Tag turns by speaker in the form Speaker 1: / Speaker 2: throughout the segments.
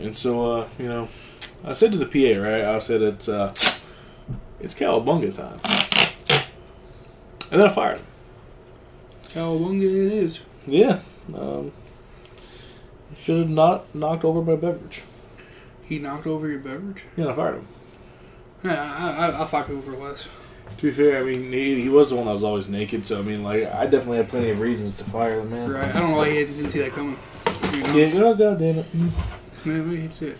Speaker 1: uh, you know, I said to the PA, right? I said it's uh, it's Calabunga time, and then I fired him.
Speaker 2: Cowabunga it is.
Speaker 1: Yeah, um, should have not knocked over my beverage.
Speaker 2: He knocked over your beverage?
Speaker 1: Yeah, I fired him.
Speaker 2: Yeah, I, I, I'll fuck over less.
Speaker 1: To be fair, I mean he, he was the one that was always naked, so I mean like I definitely had plenty of reasons to fire the man.
Speaker 2: Right. I don't know why he didn't didn't see that coming. You know?
Speaker 1: Yeah, oh, god damn it.
Speaker 2: Maybe he'd see it.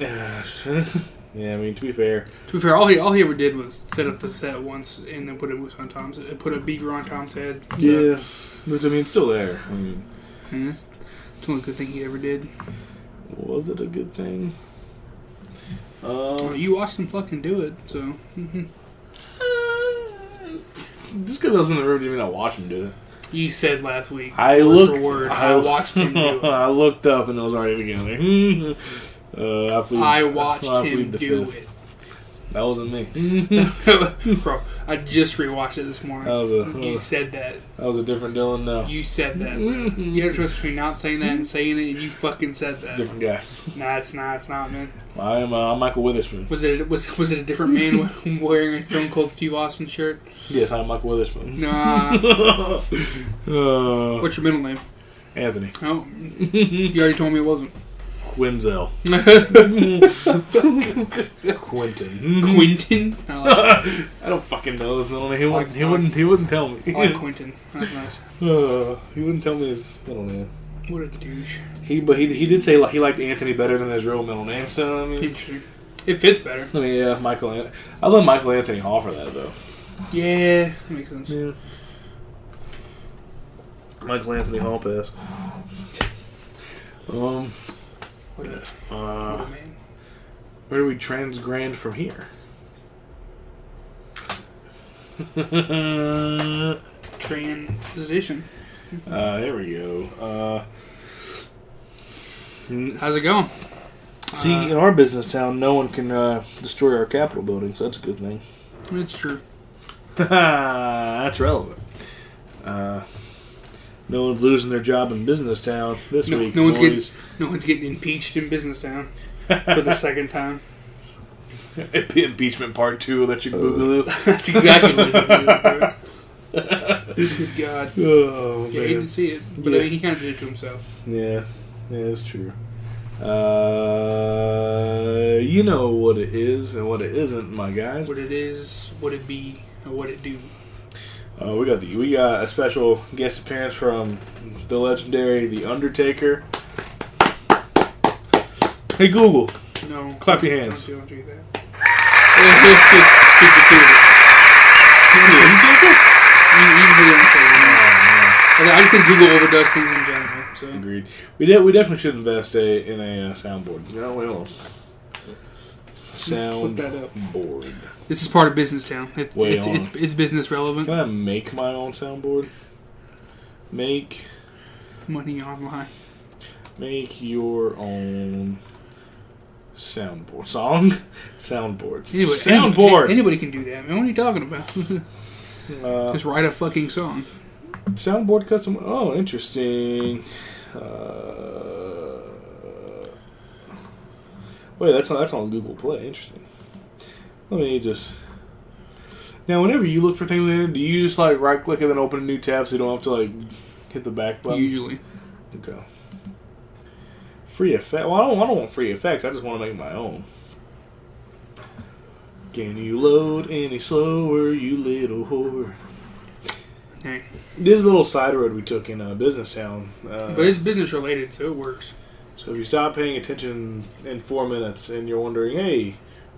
Speaker 1: yeah, I mean to be fair,
Speaker 2: To be fair, all he all he ever did was set up the set once and then put a moose on Tom's uh, put a beaver on Tom's head. So,
Speaker 1: yeah, but I mean it's still there. I mean,
Speaker 2: and that's, that's the only good thing he ever did.
Speaker 1: was it a good thing?
Speaker 2: Well,
Speaker 1: Um,
Speaker 2: Uh, you watched him fucking do it, so mhm.
Speaker 1: just because I was in the room didn't mean I watched him do it.
Speaker 2: you said last week.
Speaker 1: I
Speaker 2: word
Speaker 1: looked.
Speaker 2: for word. I watched him do it.
Speaker 1: I looked up and it was already together. uh, I, plead,
Speaker 2: I watched
Speaker 1: I plead
Speaker 2: him
Speaker 1: the
Speaker 2: do
Speaker 1: fifth.
Speaker 2: it.
Speaker 1: That wasn't me.
Speaker 2: Bro, I just rewatched it this morning.
Speaker 1: That was a-
Speaker 2: you said that.
Speaker 1: that was a different Dylan. No,
Speaker 2: You said that.
Speaker 1: Mhm.
Speaker 2: You have to trust between not saying that and saying it, and you fucking said
Speaker 1: Hmm? it's a
Speaker 2: that.
Speaker 1: different guy.
Speaker 2: Nah, it's not. It's not, man.
Speaker 1: I am. Uh, I'm Michael Witherspoon.
Speaker 2: Was it was was it a different man wearing a Stone Cold Steve Austin shirt?
Speaker 1: Yes, I'm Michael Witherspoon.
Speaker 2: Nah.
Speaker 1: uh,
Speaker 2: What's your middle name?
Speaker 1: Anthony
Speaker 2: Oh, you already told me it wasn't.
Speaker 1: Quinzel. Quentin.
Speaker 2: Quentin. I like,
Speaker 1: I don't fucking know his middle name. He wouldn't.
Speaker 2: Like-
Speaker 1: He wouldn't. He wouldn't tell me.
Speaker 2: I like Quentin. That's nice.
Speaker 1: Uh, he wouldn't tell me his middle name.
Speaker 2: What a douche.
Speaker 1: He but he, he did say like, he liked Anthony better than his real middle name. So I mean,
Speaker 2: Interesting. It fits better.
Speaker 1: I mean yeah, Michael. An- I love Michael Anthony Hall for that though.
Speaker 2: Yeah, that makes sense.
Speaker 1: Yeah. Michael Anthony Hall pass. Um.
Speaker 2: What a, what
Speaker 1: Uh,
Speaker 2: a Oh, man.
Speaker 1: where do we transgrand from here?
Speaker 2: Transition.
Speaker 1: uh, there we go. Uh,
Speaker 2: How's it going?
Speaker 1: See,
Speaker 2: Uh,
Speaker 1: in our business town, no one can uh, destroy our Capitol building, so that's a good thing.
Speaker 2: It's true.
Speaker 1: that's relevant. Uh, no one's losing their job in business town this
Speaker 2: No-
Speaker 1: week.
Speaker 2: no one's
Speaker 1: boys.
Speaker 2: No one's getting impeached in Business Town for the second time.
Speaker 1: impeachment part two. Electric Boogaloo.
Speaker 2: That's exactly what it is. bro. Good God.
Speaker 1: Oh
Speaker 2: Yeah, he didn't see it, but I mean, he kind of did it to himself.
Speaker 1: yeah, yeah, it's true. Uh, you know what it is and what it isn't, my guys.
Speaker 2: What it is, what it be, or what it do.
Speaker 1: Uh, we got the we got a special guest appearance from the legendary The Undertaker. Hey Google,
Speaker 2: No.
Speaker 1: clap your
Speaker 2: Don't
Speaker 1: hands.
Speaker 2: do, don't do that. Speak
Speaker 1: Undertaker?
Speaker 2: the truth. You- you really don't say it, no. I just think Google overdoes things in general. So
Speaker 1: Oh, Agreed. We did. We definitely should invest a in a uh, soundboard. No, wait, hold on.
Speaker 2: let's look that up.
Speaker 1: Soundboard.
Speaker 2: This is part of Business Town. It's
Speaker 1: Wait,
Speaker 2: it's,
Speaker 1: hold
Speaker 2: it's, it's business relevant.
Speaker 1: Can I make my own soundboard? Make
Speaker 2: Money online.
Speaker 1: make your own soundboard song soundboard
Speaker 2: Anyway,
Speaker 1: soundboard.
Speaker 2: Anybody, anybody can do that. Man, what are you talking about?
Speaker 1: Uh,
Speaker 2: just write a fucking song.
Speaker 1: Soundboard custom. Oh, interesting. Uh, wait, that's on, that's on Google Play. Interesting. Let me just. Now, whenever you look for things, in there, do you just like right click and then open a new tab so you don't have to like hit the back button?
Speaker 2: Usually,
Speaker 1: Okay. Free effect. Well, I don't. I don't want free effects. I just want to make my own. Can you load any slower, you little whore?
Speaker 2: Hey.
Speaker 1: This little side road we took in uh, business town. Uh,
Speaker 2: but it's business related, so it works.
Speaker 1: so if you stop paying attention in four minutes and you're wondering, hey,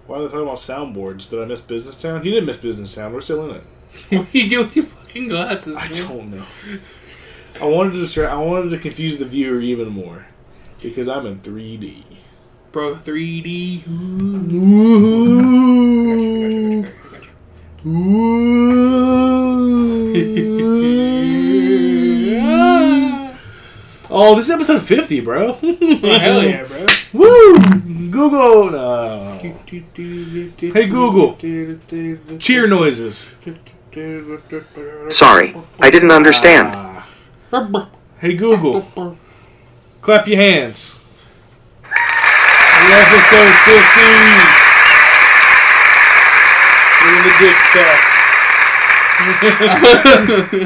Speaker 1: why are they talking about soundboards? Did I miss business town? You didn't miss business town. We're still in it.
Speaker 2: what are you doing with your fucking glasses?
Speaker 1: I
Speaker 2: man?
Speaker 1: don't know. I wanted to distract. I wanted to confuse the viewer even more because I'm in 3D.
Speaker 2: Bro, 3D.
Speaker 1: Ooh. Mm. oh, this is episode 50, bro.
Speaker 2: Oh, hell yeah, bro.
Speaker 1: Woo! Google! No.
Speaker 2: Hey
Speaker 1: Hey, Google. Cheer noises.
Speaker 3: Sorry, I didn't understand.
Speaker 1: Ah. Hey, Google. Clap your hands. Episode 15. We're in the dick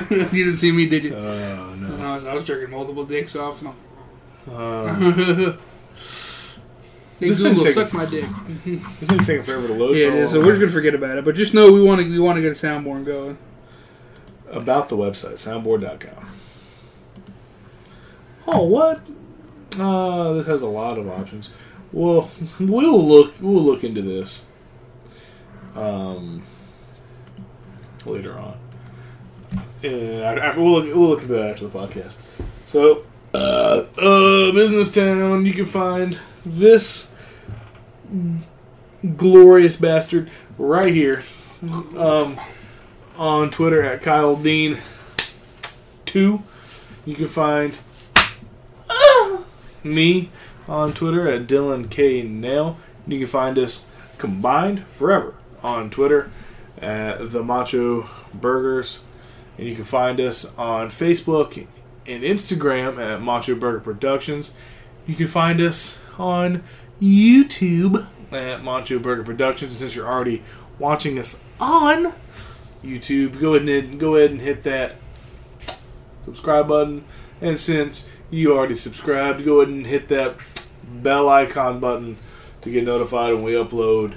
Speaker 1: stuff.
Speaker 2: you didn't see me, did you?
Speaker 1: Oh, no.
Speaker 2: I was, I was jerking multiple dicks off. And
Speaker 1: Uh,
Speaker 2: I'm hey,
Speaker 1: This
Speaker 2: Google,
Speaker 1: thing's
Speaker 2: suck
Speaker 1: taking-
Speaker 2: my dick.
Speaker 1: this thing's taking forever to load.
Speaker 2: yeah,
Speaker 1: so
Speaker 2: it is, so
Speaker 1: long.
Speaker 2: we're just gonna forget about it. But just know we want to we want to get a soundboard going.
Speaker 1: About the website, soundboard.com. Oh, what? Uh, this has a lot of options. Well, we'll look. We'll look into this. Um, later on. Uh, after we'll look, we'll look into that after the podcast. So, uh, uh, Business Town, you can find this glorious bastard right here um, on Twitter at Kyle Dean two. You can find me on Twitter at Dylan K Nail. You can find us combined forever on Twitter at the Macho Burgers, and you can find us on Facebook and Instagram at Macho Burger Productions. You can find us on YouTube at Macho Burger Productions. And since you're already watching us on YouTube, go ahead and go ahead and hit that subscribe button. And since you already subscribed, go ahead and hit that bell icon button to get notified when we upload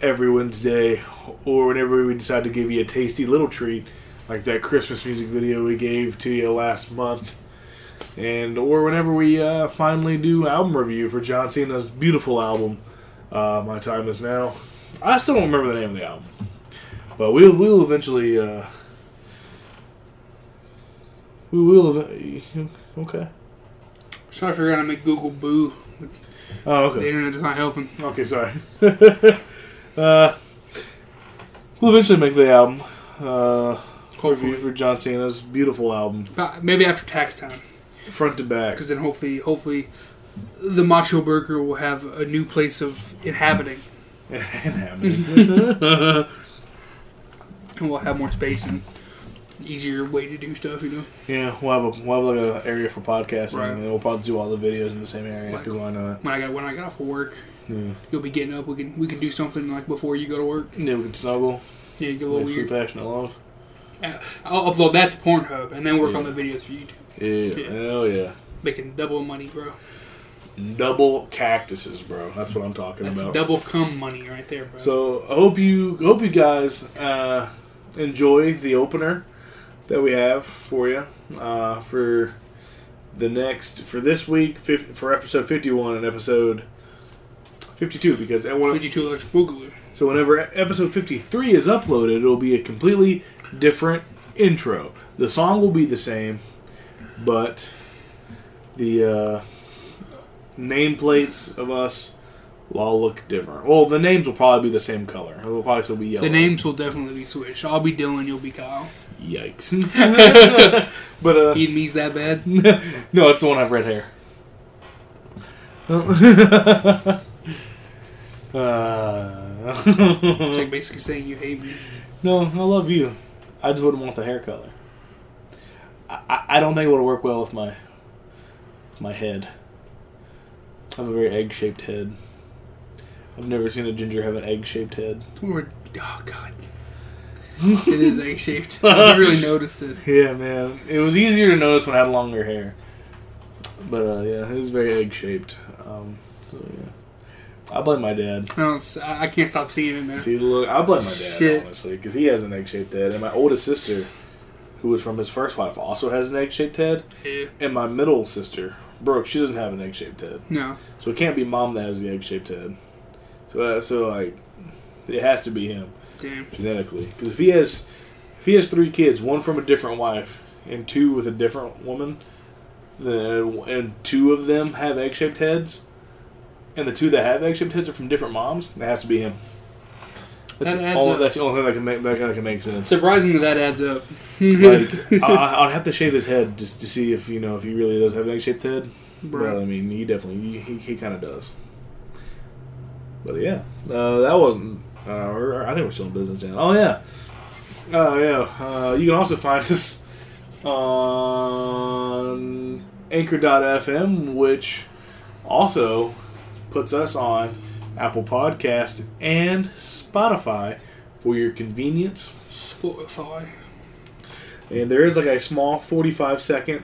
Speaker 1: every Wednesday or whenever we decide to give you a tasty little treat like that Christmas music video we gave to you last month. And or whenever we uh, finally do album review for John Cena's beautiful album, uh, My Time Is Now. I still don't remember the name of the album, but we'll we'll eventually uh, we will. ev- Okay.
Speaker 2: Sorry for gonna make Google boo.
Speaker 1: Oh,
Speaker 2: The
Speaker 1: okay.
Speaker 2: internet is not helping.
Speaker 1: Okay, sorry. uh, we'll eventually make the album. Uh, review
Speaker 2: Hopefully,
Speaker 1: for John Cena's beautiful album,
Speaker 2: Uh, maybe after tax time,
Speaker 1: front to back.
Speaker 2: because then hopefully, hopefully, the Macho Burger will have a new place of inhabiting,
Speaker 1: And happening.
Speaker 2: and we'll have more space and easier way to do stuff. You know,
Speaker 1: yeah, we'll have a we'll have like an area for podcasting,
Speaker 2: Right.
Speaker 1: and we'll probably do all the videos in the same area
Speaker 2: Like-
Speaker 1: because why not?
Speaker 2: when I got when I got off of work,
Speaker 1: Yeah.
Speaker 2: you'll be getting up. We can we can do something like before you go to work.
Speaker 1: And then we can snuggle.
Speaker 2: Yeah, you get a
Speaker 1: Well,
Speaker 2: little
Speaker 1: weird.
Speaker 2: weird.
Speaker 1: passionate love.
Speaker 2: I'll upload that to Pornhub and then work on
Speaker 1: Yeah.
Speaker 2: the videos for YouTube.
Speaker 1: Yeah,
Speaker 2: Yeah.
Speaker 1: Hell yeah.
Speaker 2: Making double money, bro.
Speaker 1: Double cactuses, bro. That's what I'm talking
Speaker 2: That's
Speaker 1: about.
Speaker 2: double cum money right there, bro.
Speaker 1: So I hope you hope you guys uh, enjoy the opener that we have for you uh, for the next for this week fif- for episode fifty one and episode fifty two because I want
Speaker 2: 52 electric boogaloo.
Speaker 1: so whenever episode 53 is uploaded, it'll be a completely different intro. The song will be the same, but the uh, nameplates of us will all look different. Well, the names will probably be the same color. It will probably still be yellow.
Speaker 2: The names will definitely be switched. I'll be Dylan, you'll be Kyle.
Speaker 1: Yikes. but uh,
Speaker 2: He and me's that bad.
Speaker 1: no, it's the one I have red hair. uh, Uh,
Speaker 2: It's
Speaker 1: Uh-huh.
Speaker 2: like basically saying you hate me.
Speaker 1: No, I love you. I just wouldn't want the hair color. I, I, I don't think it would work well with my with my head. I have a very egg shaped head. I've never seen a ginger have an egg shaped head.
Speaker 2: Or, oh, God. it is egg shaped. I never really noticed it.
Speaker 1: Yeah, man. It was easier to notice when I had longer hair. But uh, yeah, it was very egg shaped. Um, so yeah, I blame my dad.
Speaker 2: I, don't, s- I I can't stop seeing it in there.
Speaker 1: See, look, I blame my dad honestly,
Speaker 2: Shit.
Speaker 1: 'cause honestly because he has an egg shaped head, and my oldest sister, who was from his first wife, also has an egg shaped head.
Speaker 2: Yeah.
Speaker 1: And my middle sister, Brooke, she doesn't have an egg shaped head.
Speaker 2: No.
Speaker 1: So it can't be mom that has the egg shaped head. So uh, so like it has to be him
Speaker 2: Damn.
Speaker 1: genetically. Because if he has if he has three kids, one from a different wife and two with a different woman, then uh, and two of them have egg shaped heads, and the two that have egg shaped heads are from different moms, it has to be him. That's,
Speaker 2: That
Speaker 1: the
Speaker 2: adds
Speaker 1: only-
Speaker 2: up.
Speaker 1: that's the only thing that can make that can make sense.
Speaker 2: Surprisingly, that adds up.
Speaker 1: Like, uh, I, I- I'd have to shave his head just to see if you know if he really does have an egg shaped head. Well,
Speaker 2: bro.
Speaker 1: I mean, he definitely he, he, he kind of does. But yeah, uh, that wasn't. Uh, we're- I think we're still in business now. Oh yeah, oh yeah. Uh, you can also find us on Anchor.fm, which also puts us on Apple Podcast and Spotify for your convenience.
Speaker 2: Spotify.
Speaker 1: And there is like a small 45 second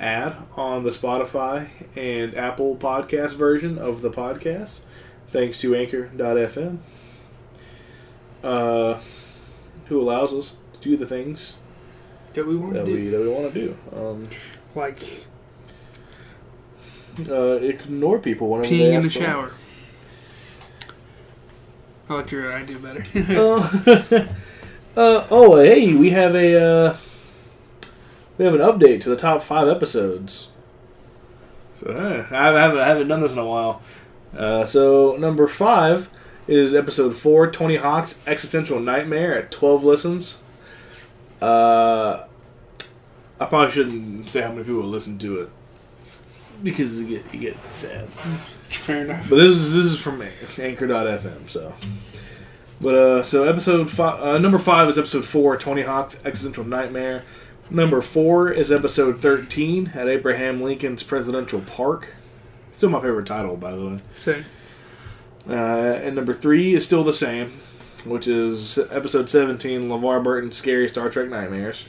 Speaker 1: ad on the Spotify and Apple podcast version of the podcast, thanks to Anchor.fm, uh, who allows us to do the things
Speaker 2: That we want
Speaker 1: that
Speaker 2: to do.
Speaker 1: we, that we want to do. Um,
Speaker 2: Like
Speaker 1: uh, ignore people whenever they
Speaker 2: peeing in the
Speaker 1: ask for-
Speaker 2: shower. I like your idea better.
Speaker 1: Uh, uh, oh, hey, we have a uh, we have an update to the top five episodes. So, eh, I haven't, I haven't done this in a while. Uh, so number five is episode four, Tony Hawk's Existential Nightmare at twelve listens. Uh, I probably shouldn't say how many people listen to it because you get you get sad.
Speaker 2: Fair enough.
Speaker 1: But this is this is from Anchor.fm. So, but uh, so episode five, uh, number five is episode four, Tony Hawk's Existential Nightmare. Number four is episode thirteen at Abraham Lincoln's Presidential Park. Still my favorite title, by the way.
Speaker 2: So
Speaker 1: Uh, and number three is still the same, which is episode 17, LeVar Burton's Scary Star Trek Nightmares.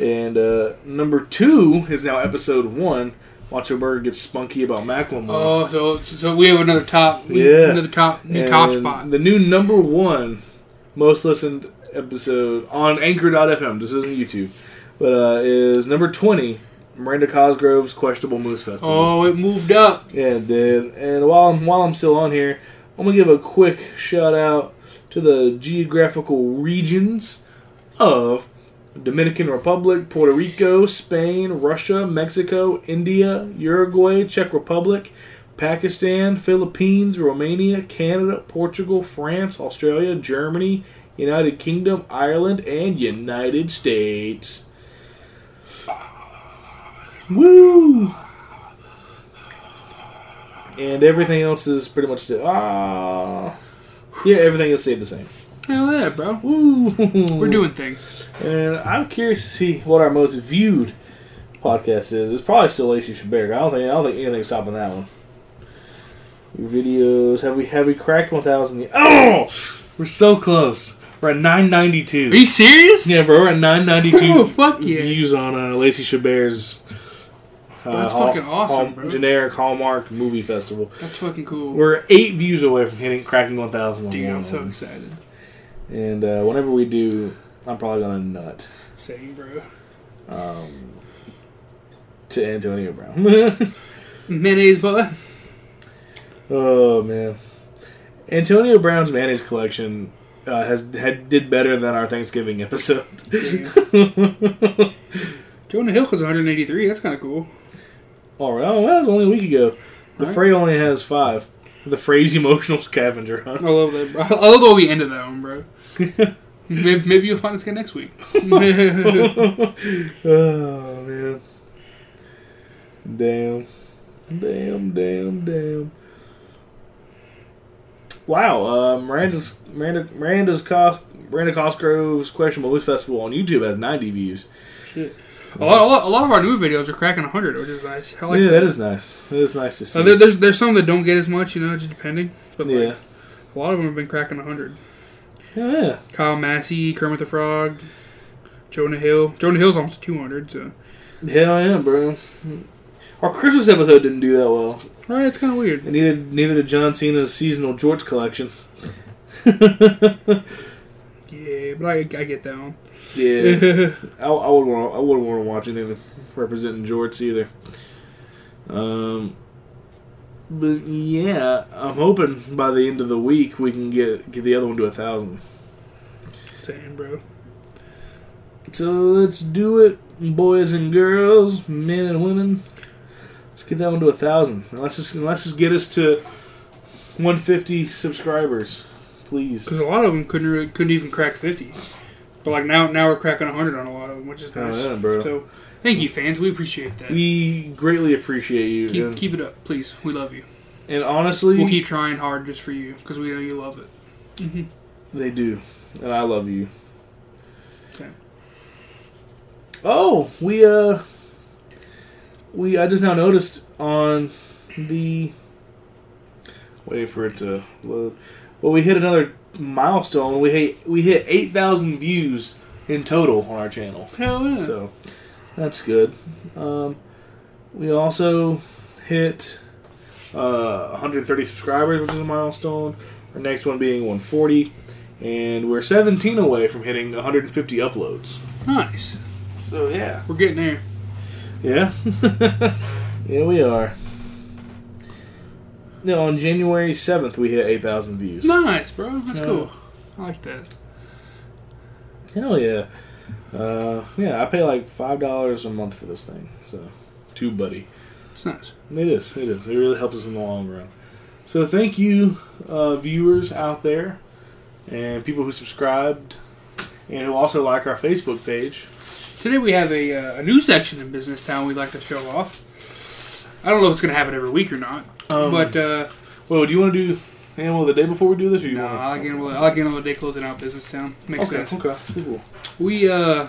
Speaker 1: and uh, number two is now episode one, Macho Burger Gets Spunky About Macklemore.
Speaker 2: Oh, so so we have another top, we,
Speaker 1: Yeah.
Speaker 2: another top, new top
Speaker 1: And
Speaker 2: spot.
Speaker 1: The new number one most listened episode on Anchor.fm. This isn't YouTube, but uh, is number twenty. Miranda Cosgrove's questionable Moose Festival.
Speaker 2: Oh, it moved up.
Speaker 1: Yeah, it did. And while I'm while I'm still on here, I'm gonna give a quick shout out to the geographical regions of Dominican Republic, Puerto Rico, Spain, Russia, Mexico, India, Uruguay, Czech Republic, Pakistan, Philippines, Romania, Canada, Portugal, France, Australia, Germany, United Kingdom, Ireland, and United States. Woo! And everything else is pretty much the ah. Yeah, everything else stayed the same.
Speaker 2: Hell yeah, bro.
Speaker 1: Woo!
Speaker 2: We're doing things.
Speaker 1: And I'm curious to see what our most viewed podcast is. It's probably still Lacey Shabir. I don't think I don't think anything's stopping that one. Your videos have we have we cracked 1,000? yet? Oh, we're so close. We're at 992.
Speaker 2: Are you serious?
Speaker 1: yeah, bro, we're at 992
Speaker 2: Oh, fuck yeah.
Speaker 1: views on uh, Lacey Chabert's. Uh,
Speaker 2: That's
Speaker 1: Hall-
Speaker 2: fucking awesome,
Speaker 1: Hall-
Speaker 2: bro.
Speaker 1: Generic Hallmark movie festival.
Speaker 2: That's fucking cool.
Speaker 1: We're eight views away from hitting cracking 1,000. on
Speaker 2: Dude,
Speaker 1: one
Speaker 2: I'm
Speaker 1: of
Speaker 2: so
Speaker 1: them.
Speaker 2: excited.
Speaker 1: And uh, whenever we do, I'm probably gonna nut.
Speaker 2: Same, bro.
Speaker 1: um, to Antonio Brown.
Speaker 2: Mayonnaise, but
Speaker 1: oh man, Antonio Brown's mayonnaise collection uh, has had did better than our Thanksgiving episode.
Speaker 2: Jonah Hill was 183. That's kind of cool.
Speaker 1: All right, oh, well, that was only a week ago. The
Speaker 2: Right.
Speaker 1: Fray only has five. The Frey's emotional scavenger
Speaker 2: I
Speaker 1: hunt.
Speaker 2: love that, bro. I love the way we ended that one, bro. maybe, maybe you'll find this guy next week.
Speaker 1: oh man, damn, damn, damn, damn. Wow, uh, Miranda's Miranda Miranda's Cos Miranda Cosgrove's questionable Moose festival on YouTube has ninety views.
Speaker 2: Shit. A lot, a, lot, a lot of our new videos are cracking 100, which is nice. I like
Speaker 1: yeah,
Speaker 2: that.
Speaker 1: that is nice. That is nice to see.
Speaker 2: Uh, there, there's, there's some that don't get as much, you know, just depending. But like,
Speaker 1: yeah,
Speaker 2: a lot of them have been cracking 100.
Speaker 1: yeah, yeah.
Speaker 2: Kyle Massey, Kermit the Frog, Jonah Hill. Jonah Hill's almost 200, so.
Speaker 1: Hell yeah, bro. Our Christmas episode didn't do that well,
Speaker 2: Right, it's kind of weird.
Speaker 1: and neither neither did John Cena's seasonal jorts collection.
Speaker 2: Yeah, but I, I get that one.
Speaker 1: Yeah. I, I would want. I wouldn't want to watch anything representing jorts either. Um, but yeah, I'm hoping by the end of the week we can get get the other one to a thousand.
Speaker 2: Same, bro.
Speaker 1: So let's do it, boys and girls, men and women. Let's get that one to a thousand. And Let's just and let's just get us to 150 subscribers, please.
Speaker 2: Because a lot of them couldn't really, couldn't even crack 50. But like now now we're cracking 100 on a lot of them, which is nice.
Speaker 1: Oh, yeah, bro.
Speaker 2: So thank you, fans. We appreciate that.
Speaker 1: We greatly appreciate you.
Speaker 2: keep,
Speaker 1: and,
Speaker 2: keep it up, please. We love you.
Speaker 1: and honestly,
Speaker 2: We'll keep trying hard just for you because we know you love it.
Speaker 1: Mm-hmm. They do, and I love you.
Speaker 2: Okay.
Speaker 1: Oh, we uh, we I just now noticed on the Waiting for it to load. Well, we hit another milestone. We hit we hit eight thousand views in total on our channel,
Speaker 2: Hell yeah.
Speaker 1: so that's good. Um, we also hit uh, 130 subscribers, which is a milestone. Our next one being 140, and we're 17 away from hitting 150 uploads.
Speaker 2: nice.
Speaker 1: So yeah,
Speaker 2: We're getting there.
Speaker 1: yeah. yeah, we are. No, on January 7th, we hit 8,000 views.
Speaker 2: Nice, bro. That's
Speaker 1: Yeah.
Speaker 2: cool. I like that.
Speaker 1: Hell yeah. Uh, yeah, I pay like $5 a month for this thing. So, too buddy.
Speaker 2: It's nice.
Speaker 1: It is. It is. It really helps us in the long run. So, thank you, uh, viewers out there and people who subscribed and who also like our Facebook page.
Speaker 2: Today we have a, uh, a new section in Business Town we'd like to show off. I don't know if it's going to happen every week or not,
Speaker 1: Um,
Speaker 2: but uh,
Speaker 1: Whoa, do you want to do Animal of the Day before we do this? Or you
Speaker 2: no, I
Speaker 1: want
Speaker 2: like getting a little, I like getting a little day closing out Business Town.
Speaker 1: to?
Speaker 2: Makes sense.
Speaker 1: okay, okay, cool.
Speaker 2: We uh,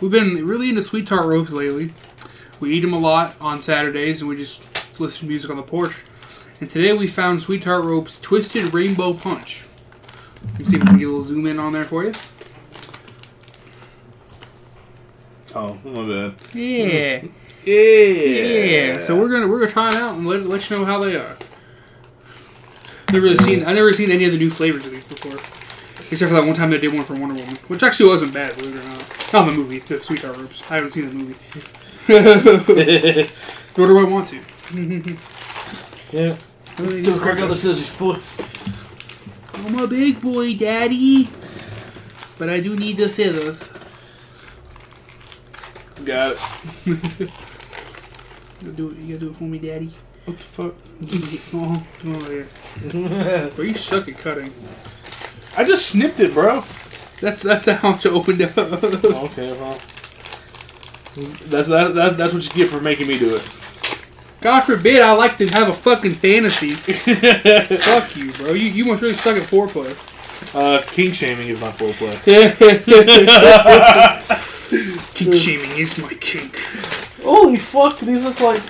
Speaker 2: we've been really into sweet tart ropes lately. We eat them a lot on Saturdays, and we just listen to music on the porch. And today we found sweet tart ropes twisted rainbow punch. Let's see if we can get a little zoom in on there for you.
Speaker 1: Oh, my bad.
Speaker 2: Yeah,
Speaker 1: Yeah.
Speaker 2: yeah. So we're gonna we're gonna try them out and let, let you know how they are. Never really seen I've never seen any of the new flavors of these before, except for that one time they did one for Wonder Woman, which actually wasn't bad, believe it or not. Not the movie, the sweet tart ropes. I haven't seen the movie. Nor do I want to.
Speaker 1: yeah. Go crack out the scissors, boy.
Speaker 2: I'm a big boy, daddy. But I do need the scissors.
Speaker 1: Got it.
Speaker 2: You gotta do it, you gotta do it for me, daddy.
Speaker 1: What the fuck?
Speaker 2: oh, come over here. Bro, you suck at cutting.
Speaker 1: I just snipped it, bro.
Speaker 2: That's that's how much I opened up.
Speaker 1: okay, well. That's that, that, that's what you get for making me do
Speaker 2: God forbid I like to have a fucking fantasy.
Speaker 1: it.
Speaker 2: Fuck you, bro. You you must really suck at foreplay.
Speaker 1: uh, king shaming is my foreplay.
Speaker 2: kink shaming is my kink.
Speaker 1: Holy fuck, these look like.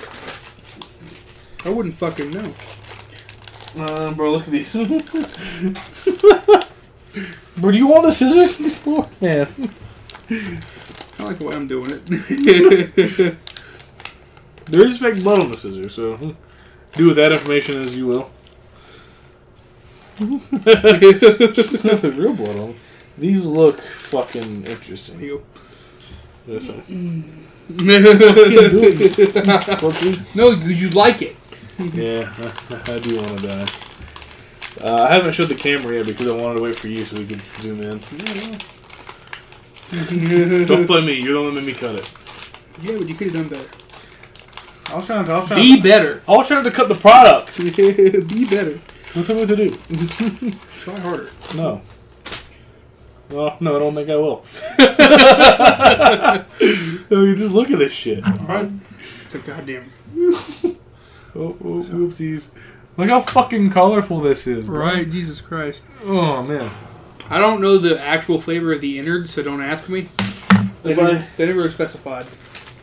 Speaker 2: I wouldn't fucking know.
Speaker 1: Uh, bro, look at these. bro, do you want the scissors? Man.
Speaker 2: I like the way I'm doing it.
Speaker 1: There is fake blood on the scissors, so hmm. do with that information as you will. There's real blood on them. These look fucking interesting.
Speaker 2: You
Speaker 1: That's all.
Speaker 2: go.
Speaker 1: Pussy.
Speaker 2: No, you, you like it.
Speaker 1: Yeah, I, I do want to die. Uh, I haven't showed the camera yet because I wanted to wait for you so we could zoom in. Don't blame me. You're the one that made me cut it.
Speaker 2: Yeah, but you could have done better.
Speaker 1: I was trying to. I was
Speaker 2: Be better.
Speaker 1: I was trying to cut the product.
Speaker 2: Be better.
Speaker 1: What's I what to do?
Speaker 2: Try harder.
Speaker 1: No. Well, no, I don't think I will. I mean, just look at this shit. Oh,
Speaker 2: Alright? It's a goddamn.
Speaker 1: oh, whoopsies. Look how fucking colorful this is. bro.
Speaker 2: Right, Jesus Christ.
Speaker 1: Oh, man.
Speaker 2: I don't know the actual flavor of the innards, so don't ask me. They
Speaker 1: If I-
Speaker 2: never, they never specified.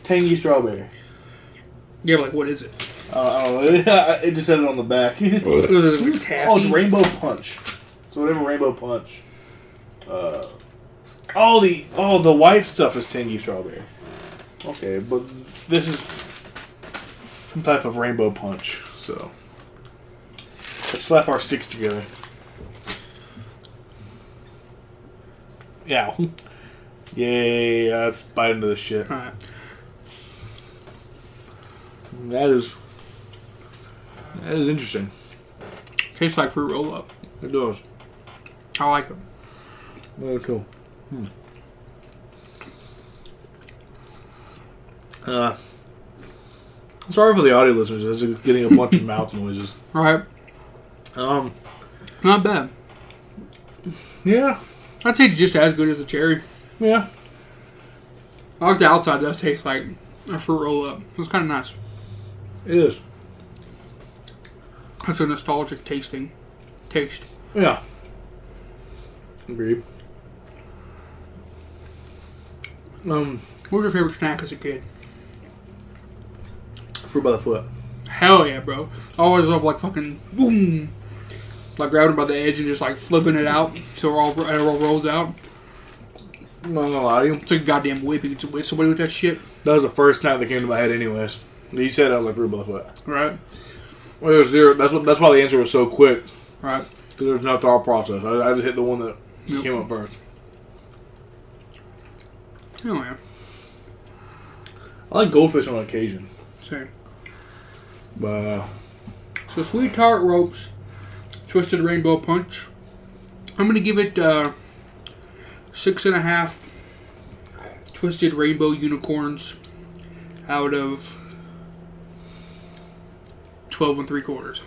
Speaker 1: Tangy strawberry.
Speaker 2: Yeah, but like, what is it?
Speaker 1: Uh, oh, it just said it on the back. oh,
Speaker 2: It was like taffy.
Speaker 1: it's rainbow punch. So whatever rainbow punch. Uh, all the all the white stuff is tangy strawberry. Okay, but this is some type of rainbow punch. So let's slap our sticks together. Yeah. Yay! Let's bite into this shit.
Speaker 2: Alright.
Speaker 1: That is that is interesting.
Speaker 2: Tastes like fruit roll up.
Speaker 1: It does.
Speaker 2: I like them.
Speaker 1: Very cool. Hmm. Uh, sorry for the audio listeners. This is getting a bunch of mouth noises.
Speaker 2: Alright.
Speaker 1: Um,
Speaker 2: Not bad.
Speaker 1: yeah,
Speaker 2: That tastes just as good as the cherry.
Speaker 1: yeah,
Speaker 2: I like the outside does taste like a fruit roll up. It's kind of nice.
Speaker 1: it is.
Speaker 2: It's a nostalgic tasting. Taste.
Speaker 1: Yeah. Agreed. Um,
Speaker 2: What was your favorite snack as a kid?
Speaker 1: fruit by the foot.
Speaker 2: Hell yeah, bro. I always love like fucking boom. like grabbing it by the edge and just like flipping it out so it all, it all rolls out.
Speaker 1: I'm not gonna lie to you.
Speaker 2: It's like a goddamn whip. You could just whip somebody with that shit,
Speaker 1: That was the first night that came to my head, anyways. You said I was like Rublev. What?
Speaker 2: right?
Speaker 1: Well, it was zero. That's what. That's why the answer was so quick.
Speaker 2: Right.
Speaker 1: Because there was no thought process. I, I just hit the one that
Speaker 2: Yep.
Speaker 1: came up first.
Speaker 2: Oh yeah.
Speaker 1: I like goldfish on occasion,
Speaker 2: Same.
Speaker 1: but uh,
Speaker 2: So sweet tart ropes, twisted rainbow punch. I'm gonna give it uh, six and a half twisted rainbow unicorns out of twelve and three quarters.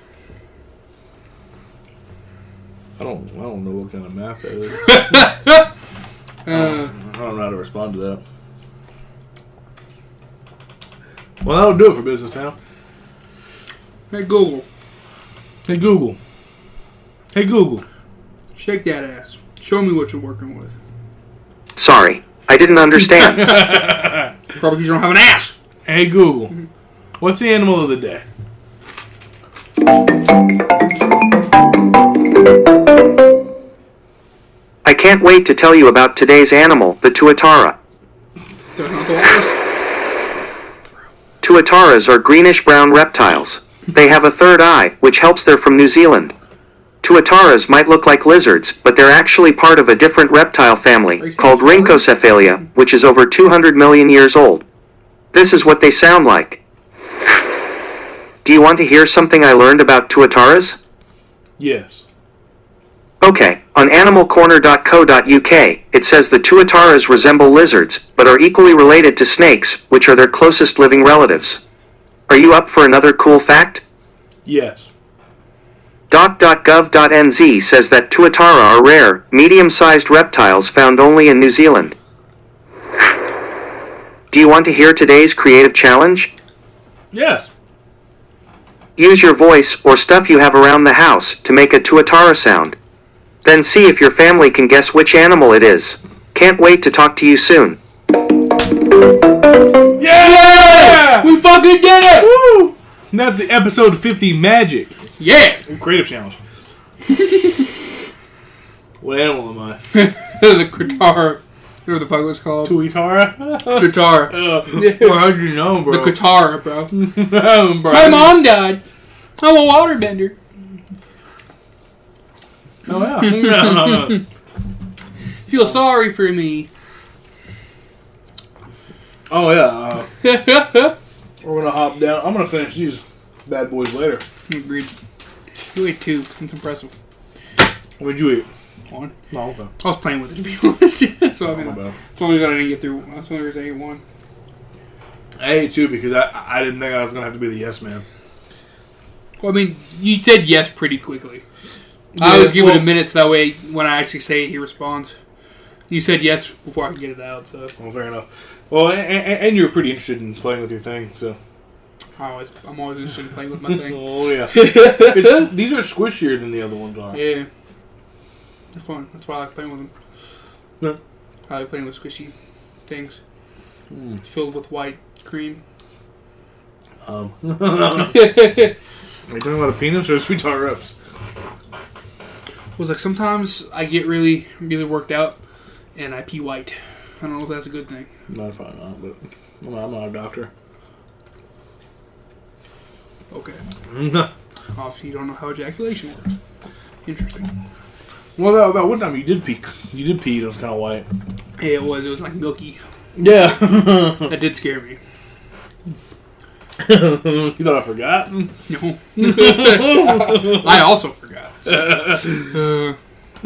Speaker 1: I don't. I don't know what kind of math that is.
Speaker 2: Uh,
Speaker 1: I don't know how to respond to that. Well, that'll do it for Business Town.
Speaker 2: hey Google,
Speaker 1: Hey Google. Hey Google.
Speaker 2: shake that ass. Show me what you're working with.
Speaker 3: Sorry. I didn't understand.
Speaker 2: Probably because you don't have an ass.
Speaker 1: Hey Google. What's the animal of the day?
Speaker 3: I can't wait to tell you about today's animal, the tuatara.
Speaker 2: That's not the last.
Speaker 3: Tuataras are greenish brown reptiles. They have a third eye, which helps them from New Zealand. Tuataras might look like lizards, but they're actually part of a different reptile family called Rhynchocephalia, which is over 200 million years old. This is what they sound like. Do you want to hear something I learned about tuataras?
Speaker 1: Yes.
Speaker 3: Okay, on animalcorner.co.uk, it says the tuataras resemble lizards, but are equally related to snakes, which are their closest living relatives. Are you up for another cool fact?
Speaker 1: Yes.
Speaker 3: Doc.gov.nz says that tuatara are rare, medium sized reptiles found only in New Zealand. Do you want to hear today's creative challenge?
Speaker 1: Yes.
Speaker 3: Use your voice or stuff you have around the house to make a tuatara sound. Then see if your family can guess which animal it is. Can't wait to talk to you soon.
Speaker 1: Yeah!
Speaker 2: We fucking did it.
Speaker 1: Woo! And that's the episode 50 magic.
Speaker 2: Yeah.
Speaker 1: Creative challenge. what animal am I?
Speaker 2: the guitar. Whatever the fuck it was called.
Speaker 1: Tuatara?
Speaker 2: Guitar.
Speaker 1: Well, how'd you know, bro?
Speaker 2: The guitar, bro.
Speaker 1: No, bro.
Speaker 2: My mom died. I'm a waterbender.
Speaker 1: Oh, yeah. No, no, no.
Speaker 2: Feel sorry for me.
Speaker 1: Oh, yeah. uh,
Speaker 2: Agreed.
Speaker 1: We're gonna hop down. I'm gonna finish these bad boys later.
Speaker 2: You ate two. That's impressive.
Speaker 1: What'd you eat? Oh,
Speaker 2: One.
Speaker 1: No, okay.
Speaker 2: I was playing with it to be honest. so I
Speaker 1: Not
Speaker 2: mean,
Speaker 1: bad.
Speaker 2: it's only that I didn't get through. That's the only reason I ate one.
Speaker 1: I ate two because I I didn't think I was gonna have to be the yes man.
Speaker 2: Well, I mean, you said yes pretty quickly. I was
Speaker 1: Yeah,
Speaker 2: giving
Speaker 1: well-
Speaker 2: it a minute, so that way when I actually say it, he responds. You said yes before I could get it out, so
Speaker 1: Well, fair enough. Well, and, and, and you were pretty interested in playing with your thing, so.
Speaker 2: I always, I'm always interested in playing with my thing.
Speaker 1: Oh yeah. It's- these are squishier than the other ones are.
Speaker 2: Yeah. They're fun. That's why I like playing with them.
Speaker 1: Yeah.
Speaker 2: I like playing with squishy things
Speaker 1: Mm.
Speaker 2: filled with white cream.
Speaker 1: Um, are
Speaker 2: it
Speaker 1: you talking about a penis or sweet tart reps?
Speaker 2: was like sometimes I get really, really worked out and I pee white. I don't know if that's a good thing.
Speaker 1: No, probably not. But I'm not, I'm not a doctor.
Speaker 2: Okay. Obviously, you don't know how ejaculation works. Interesting.
Speaker 1: well, that, that one time you did pee. You did pee. It was kind of white.
Speaker 2: Yeah, it was. It was like milky.
Speaker 1: Yeah.
Speaker 2: That did scare me.
Speaker 1: you thought I forgot? Um,
Speaker 2: No. I also forgot. Uh,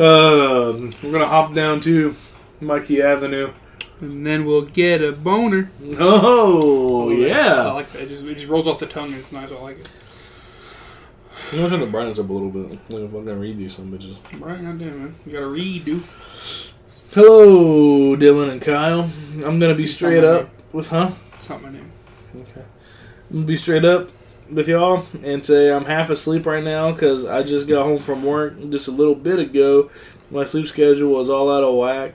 Speaker 1: Um, we're gonna hop down to Mikey Avenue.
Speaker 2: and then we'll get a boner.
Speaker 1: Oh
Speaker 2: I
Speaker 1: yeah.
Speaker 2: like that. It just, it just rolls off the tongue and it's nice. I like it.
Speaker 1: You know, I'm trying to burn this up a little bit. Like if I'm gonna read these some bitches.
Speaker 2: Right, goddamn, man. You gotta read, dude.
Speaker 1: Hello, Dylan and Kyle. I'm gonna be
Speaker 2: It's
Speaker 1: straight
Speaker 2: not my
Speaker 1: up with huh?
Speaker 2: It's not my name.
Speaker 1: Okay. I'm gonna be straight up with y'all and say I'm half asleep right now because I just got home from work just a little bit ago. My sleep schedule was all out of whack.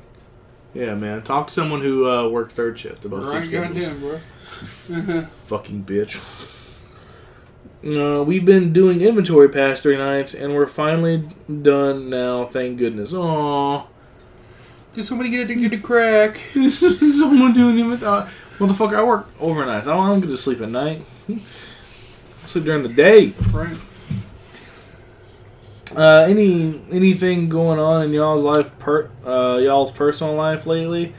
Speaker 1: Yeah, man. Talk to someone who uh, worked third shift about
Speaker 2: Right,
Speaker 1: sleep schedules.
Speaker 2: goddamn, bro.
Speaker 1: Fucking bitch. Uh, we've been doing inventory past three nights, and we're finally done now. Thank goodness. Aww.
Speaker 2: Did somebody get addicted to crack?
Speaker 1: Someone doing inventory. Motherfucker, I work overnight. I don't get to sleep at night. I sleep during the day.
Speaker 2: Right.
Speaker 1: Uh, any anything going on in y'all's life, per, uh, y'all's personal life lately?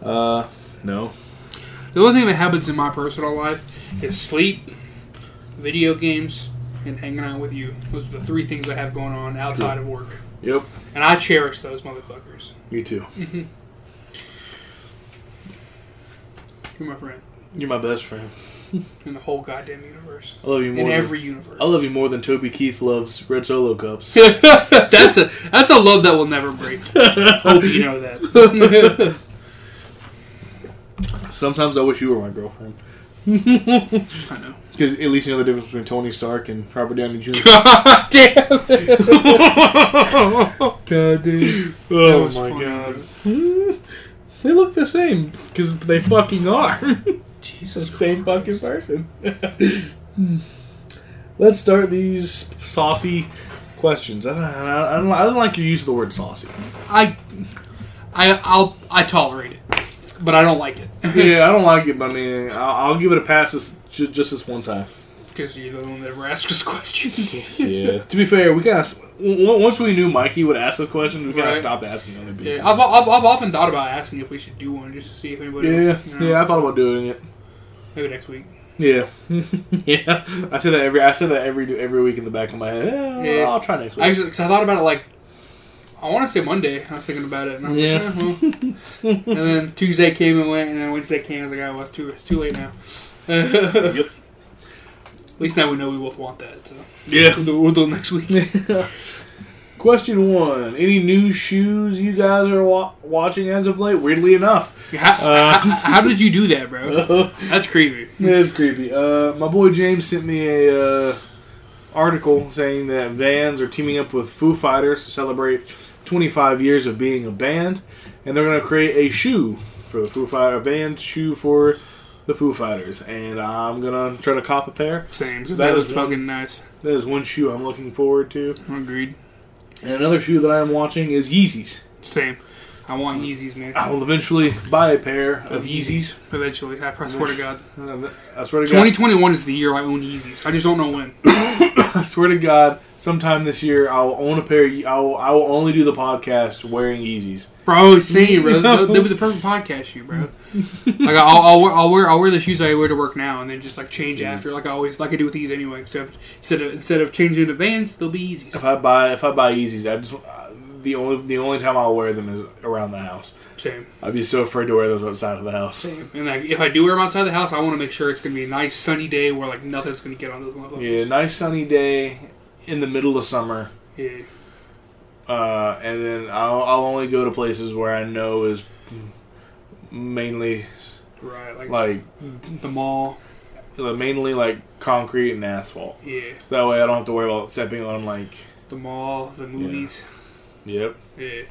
Speaker 1: Uh, no.
Speaker 2: The only thing that happens in my personal life is sleep, video games, and hanging out with you. Those are the three things I have going on outside of work.
Speaker 1: Yep.
Speaker 2: And I cherish those motherfuckers.
Speaker 1: You too.
Speaker 2: You're my friend.
Speaker 1: You're my best friend.
Speaker 2: In the whole goddamn universe.
Speaker 1: I love you more.
Speaker 2: In
Speaker 1: than-
Speaker 2: every universe.
Speaker 1: I love you more than Toby Keith loves Red Solo cups.
Speaker 2: that's a that's a love that will never break. Hope you know that.
Speaker 1: Sometimes I wish you were my girlfriend.
Speaker 2: I know.
Speaker 1: Because at least you know the difference between Tony Stark and Robert Downey Jr.
Speaker 2: God damn.
Speaker 1: god, dude.
Speaker 2: That
Speaker 1: Oh my
Speaker 2: was funny,
Speaker 1: god.
Speaker 2: bro.
Speaker 1: They look the same because they fucking are.
Speaker 2: Jesus.
Speaker 1: same fucking person. Let's start these saucy questions. I don't, I, don't, I don't like your use of the word saucy.
Speaker 2: I I I'll I tolerate it, but I don't like it
Speaker 1: yeah, I don't like it, but I mean, I'll, I'll give it a pass this, ju- just this one time.
Speaker 2: because you're the one that ever asks us questions.
Speaker 1: Yeah. to be fair, we kind of once we knew Mikey would ask the question, we kind of
Speaker 2: Right.
Speaker 1: stopped asking other people.
Speaker 2: Yeah, I've, I've, I've often thought about asking if we should do one just to see if anybody.
Speaker 1: yeah,
Speaker 2: you know,
Speaker 1: yeah. I thought about doing it.
Speaker 2: Maybe next week.
Speaker 1: Yeah, yeah. I say that every I say that every every week in the back of my head. "Eh, I'll-
Speaker 2: Yeah.
Speaker 1: I'll try next week.
Speaker 2: Actually, because I thought about it like I want to say Monday. and I was thinking about it, and I was
Speaker 1: Yeah.
Speaker 2: like, eh, well. and then Tuesday came and went, and then Wednesday came. I was like, oh, well, it's too it's too late now. At
Speaker 1: yep.
Speaker 2: least now we know we both want that. So
Speaker 1: Yeah.
Speaker 2: we'll do, we'll do it next week.
Speaker 1: Question one: Any new shoes you guys are wa- watching as of late? Weirdly enough,
Speaker 2: How,
Speaker 1: Uh.
Speaker 2: how, how did you do that, bro? That's creepy.
Speaker 1: it's creepy. Uh, my boy James sent me a uh, article saying that Vans are teaming up with Foo Fighters to celebrate 25 years of being a band, and they're going to create a shoe for the Foo Fighter, a Vans shoe for the Foo Fighters, and I'm gonna try to cop a pair.
Speaker 2: Same. That,
Speaker 1: That
Speaker 2: was
Speaker 1: was
Speaker 2: fucking nice.
Speaker 1: That is one shoe I'm looking forward to.
Speaker 2: Agreed.
Speaker 1: And another shoe that I'm watching is Yeezys.
Speaker 2: Same. I want Yeezys, man.
Speaker 1: I will eventually buy a pair of Yeezys.
Speaker 2: Eventually, I I swear to God.
Speaker 1: Uh, I swear to God.
Speaker 2: 2021 is the year I own Yeezys. I just don't know when.
Speaker 1: I swear to God, sometime this year I will own a pair. Of, Ye- I will. I will only do the podcast wearing Yeezys.
Speaker 2: Bro, same, bro. That'd that'd be the perfect podcast shoe, bro. Like I'll, I'll, wear, I'll wear I'll wear the shoes I wear to work now, and then just like change after, like I always like I do with these anyway. Except instead of instead of changing to Vans, they'll be Yeezys.
Speaker 1: If I buy, if I buy Yeezys, I just uh, the only the only time I'll wear them is around the house.
Speaker 2: Same,
Speaker 1: I'd be so afraid to wear those outside of the house.
Speaker 2: same. And like if I do wear them outside the house, I want to make sure it's gonna be a nice sunny day where like nothing's gonna get on those
Speaker 1: Yeah,
Speaker 2: motherfuckers.
Speaker 1: nice sunny day in the middle of summer,
Speaker 2: Yeah, yeah.
Speaker 1: uh, and then I'll, I'll only go to places where I know is mainly
Speaker 2: Right, like,
Speaker 1: like
Speaker 2: the mall.
Speaker 1: mainly like concrete and asphalt.
Speaker 2: Yeah,
Speaker 1: That way I don't have to worry about stepping on like
Speaker 2: the mall, the movies.
Speaker 1: yep
Speaker 2: Yeah,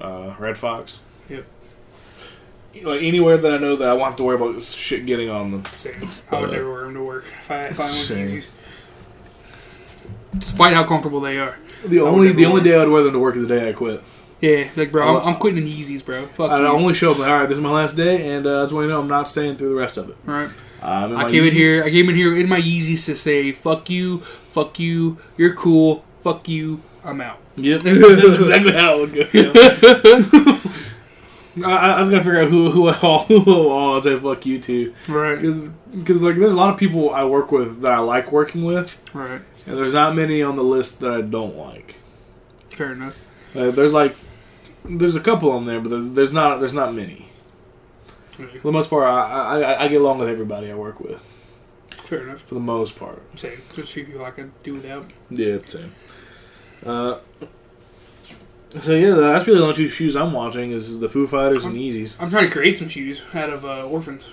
Speaker 1: uh, Red Fox.
Speaker 2: Yep.
Speaker 1: Like anywhere that I know that I won't have to worry about shit getting on them.
Speaker 2: same. I would never wear them to work if I if I owned
Speaker 1: Same.
Speaker 2: Yeezys. Despite how comfortable they are.
Speaker 1: The
Speaker 2: would
Speaker 1: only
Speaker 2: never
Speaker 1: the only
Speaker 2: wear
Speaker 1: day I would wear them to work is the day I quit.
Speaker 2: Yeah, like bro,
Speaker 1: Well,
Speaker 2: I'm, I'm quitting in Yeezys, bro. Fuck
Speaker 1: I
Speaker 2: you.
Speaker 1: only show up like, all right, this is my last day, and uh, that's when you know I'm not staying through the rest of it.
Speaker 2: Right.
Speaker 1: I'm in
Speaker 2: I
Speaker 1: my
Speaker 2: came
Speaker 1: Yeezys.
Speaker 2: in here. I came in here in my Yeezys to say "fuck you, fuck you, you're cool, fuck you, I'm out."
Speaker 1: Yep, that's exactly how it would go. I- I, I was gonna figure out who who all who all I'd say fuck you to
Speaker 2: Right.
Speaker 1: because like there's a lot of people I work with that I like working with,
Speaker 2: Right.
Speaker 1: and there's not many on the list that I don't like.
Speaker 2: Fair enough.
Speaker 1: Uh, there's like there's a couple on there, but there- there's not there's not many. For the most part, I, I I- I get along with everybody I work with.
Speaker 2: Fair enough.
Speaker 1: For the most part,
Speaker 2: Same. There's a few people I could do without.
Speaker 1: yeah, same. Uh, so yeah, that's really the only two shoes I'm watching is the Foo Fighters and Yeezys.
Speaker 2: I'm trying to create some shoes out of uh, orphans.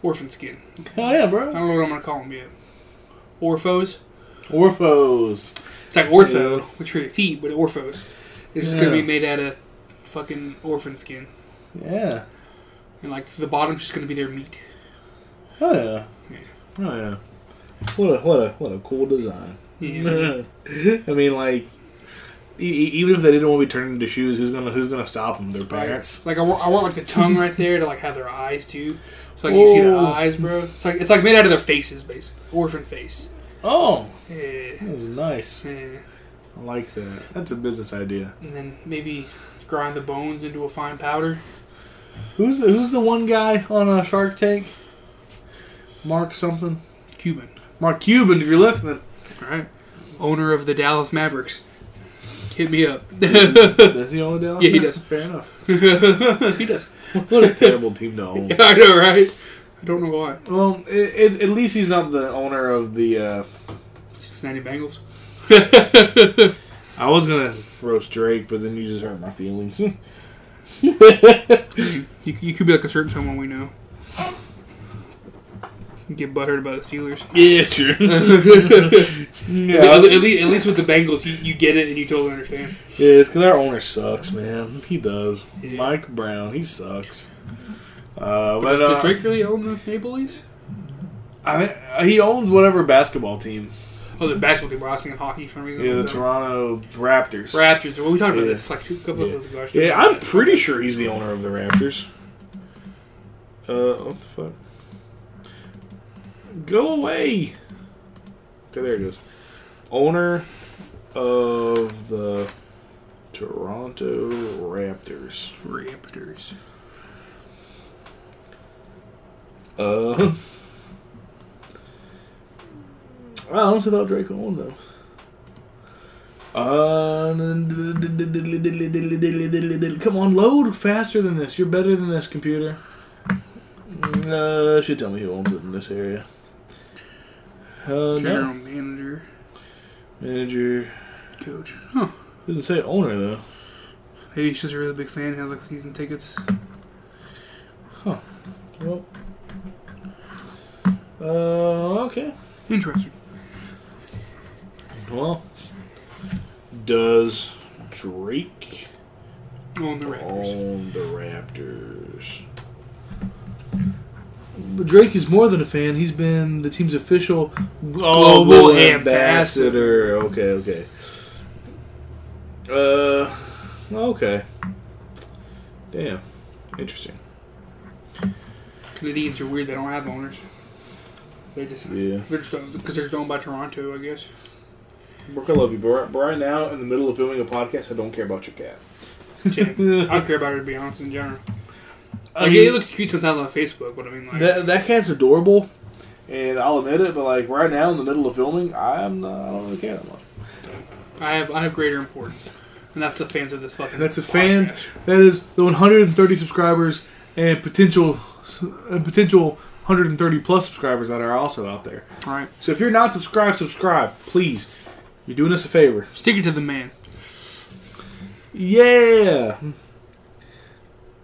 Speaker 2: Orphan skin.
Speaker 1: Hell yeah,
Speaker 2: I
Speaker 1: bro!
Speaker 2: don't know what I'm gonna call them yet. Orphos.
Speaker 1: Orphos.
Speaker 2: It's like ortho,
Speaker 1: Yeah.
Speaker 2: which are your feet, but orphos. It's just gonna be
Speaker 1: Yeah.
Speaker 2: made out of fucking orphan skin,
Speaker 1: Yeah.
Speaker 2: and like the bottom's just gonna be their meat.
Speaker 1: Oh yeah.
Speaker 2: Yeah.
Speaker 1: Oh yeah. What a what a what a cool design.
Speaker 2: Yeah.
Speaker 1: I mean, like e- e- even if they didn't want to be turned into shoes, who's gonna who's gonna stop them? Their parents.
Speaker 2: Like I want, I want like the tongue right there to like have their eyes too. So like you see their
Speaker 1: Whoa.
Speaker 2: eyes, bro. It's like it's like made out of their faces, basically. Orphan face.
Speaker 1: Oh,
Speaker 2: Yeah.
Speaker 1: that was nice.
Speaker 2: Yeah.
Speaker 1: I like that. That's a business idea.
Speaker 2: And then maybe grind the bones into a fine powder.
Speaker 1: Who's the Who's the one guy on uh, Shark Tank? Mark something.
Speaker 2: Cuban.
Speaker 1: Mark Cuban, if you're listening.
Speaker 2: All right. Owner of the Dallas Mavericks. Hit me up.
Speaker 1: Does he own the Dallas?
Speaker 2: Yeah, he
Speaker 1: Mavericks?
Speaker 2: does.
Speaker 1: Fair enough.
Speaker 2: he does.
Speaker 1: What a terrible team to own.
Speaker 2: Yeah, I know, right? I don't know why.
Speaker 1: Well, i it, at least he's not the owner of the. Uh,
Speaker 2: Six ninety Bengals.
Speaker 1: I was gonna roast Drake, but then you just hurt my feelings.
Speaker 2: You, you could be like a certain someone we know. Get butthurt about the Steelers.
Speaker 1: yeah, true.
Speaker 2: At,
Speaker 1: yeah,
Speaker 2: at least, at least with the Bengals, you, you get it and you totally understand.
Speaker 1: Yeah, it's because our owner sucks, man. He does.
Speaker 2: Yeah.
Speaker 1: Mike Brown, he sucks. Uh,
Speaker 2: But
Speaker 1: but
Speaker 2: does, does
Speaker 1: uh,
Speaker 2: Drake really own the Maple Leafs?
Speaker 1: I, think- uh, he owns whatever basketball team.
Speaker 2: Oh, the basketball team. We're asking hockey for some reason.
Speaker 1: Yeah, the
Speaker 2: No.
Speaker 1: Toronto Raptors.
Speaker 2: Raptors. Well, we talked about
Speaker 1: Yeah.
Speaker 2: this like two couple of
Speaker 1: Yeah.
Speaker 2: episodes ago. I should-
Speaker 1: yeah, I'm pretty sure he's the owner of the Raptors. Uh, what the fuck? Go away. Okay, there it goes. Owner of the Toronto Raptors.
Speaker 2: Raptors.
Speaker 1: Uh, I honestly thought Drake won though. Uh, come on, load faster than this. You're better than this computer. Uh, should tell me who owns it in this area. Uh,
Speaker 2: General
Speaker 1: no.
Speaker 2: manager,
Speaker 1: Manager
Speaker 2: coach. Huh.
Speaker 1: doesn't say owner though.
Speaker 2: Maybe he's just a really big fan. Has like season tickets.
Speaker 1: Well, uh, okay.
Speaker 2: Interesting.
Speaker 1: Well, does Drake
Speaker 2: Own the Raptors.
Speaker 1: on the Raptors. But Drake is more than a fan. He's been the team's official global, Oh, ambassador. Okay, okay. Uh, okay. Damn, interesting. Oh.
Speaker 2: Canadians are weird. They don't have owners. They just
Speaker 1: Yeah,
Speaker 2: they're just uh, because they're just owned by Toronto, I guess.
Speaker 1: Brooke, I love you, but right, but right now, in the middle of filming a podcast, I don't care about your cat.
Speaker 2: Tim. I don't care about her to be honest in general.
Speaker 1: I
Speaker 2: Like,
Speaker 1: mean-
Speaker 2: it looks cute sometimes on Facebook, but I mean, like,
Speaker 1: That that cat's adorable, and I'll admit it. But like right now, in the middle of filming, I'm not, I don't really care that much.
Speaker 2: I have I have greater importance, and that's the fans of this fucking.
Speaker 1: And that's the fans. That is the 130 subscribers and potential and potential 130 plus subscribers that are also out there.
Speaker 2: podcast. All right,
Speaker 1: So if you're not subscribed, subscribe, please. You're doing us a favor.
Speaker 2: stick it to the man.
Speaker 1: Yeah.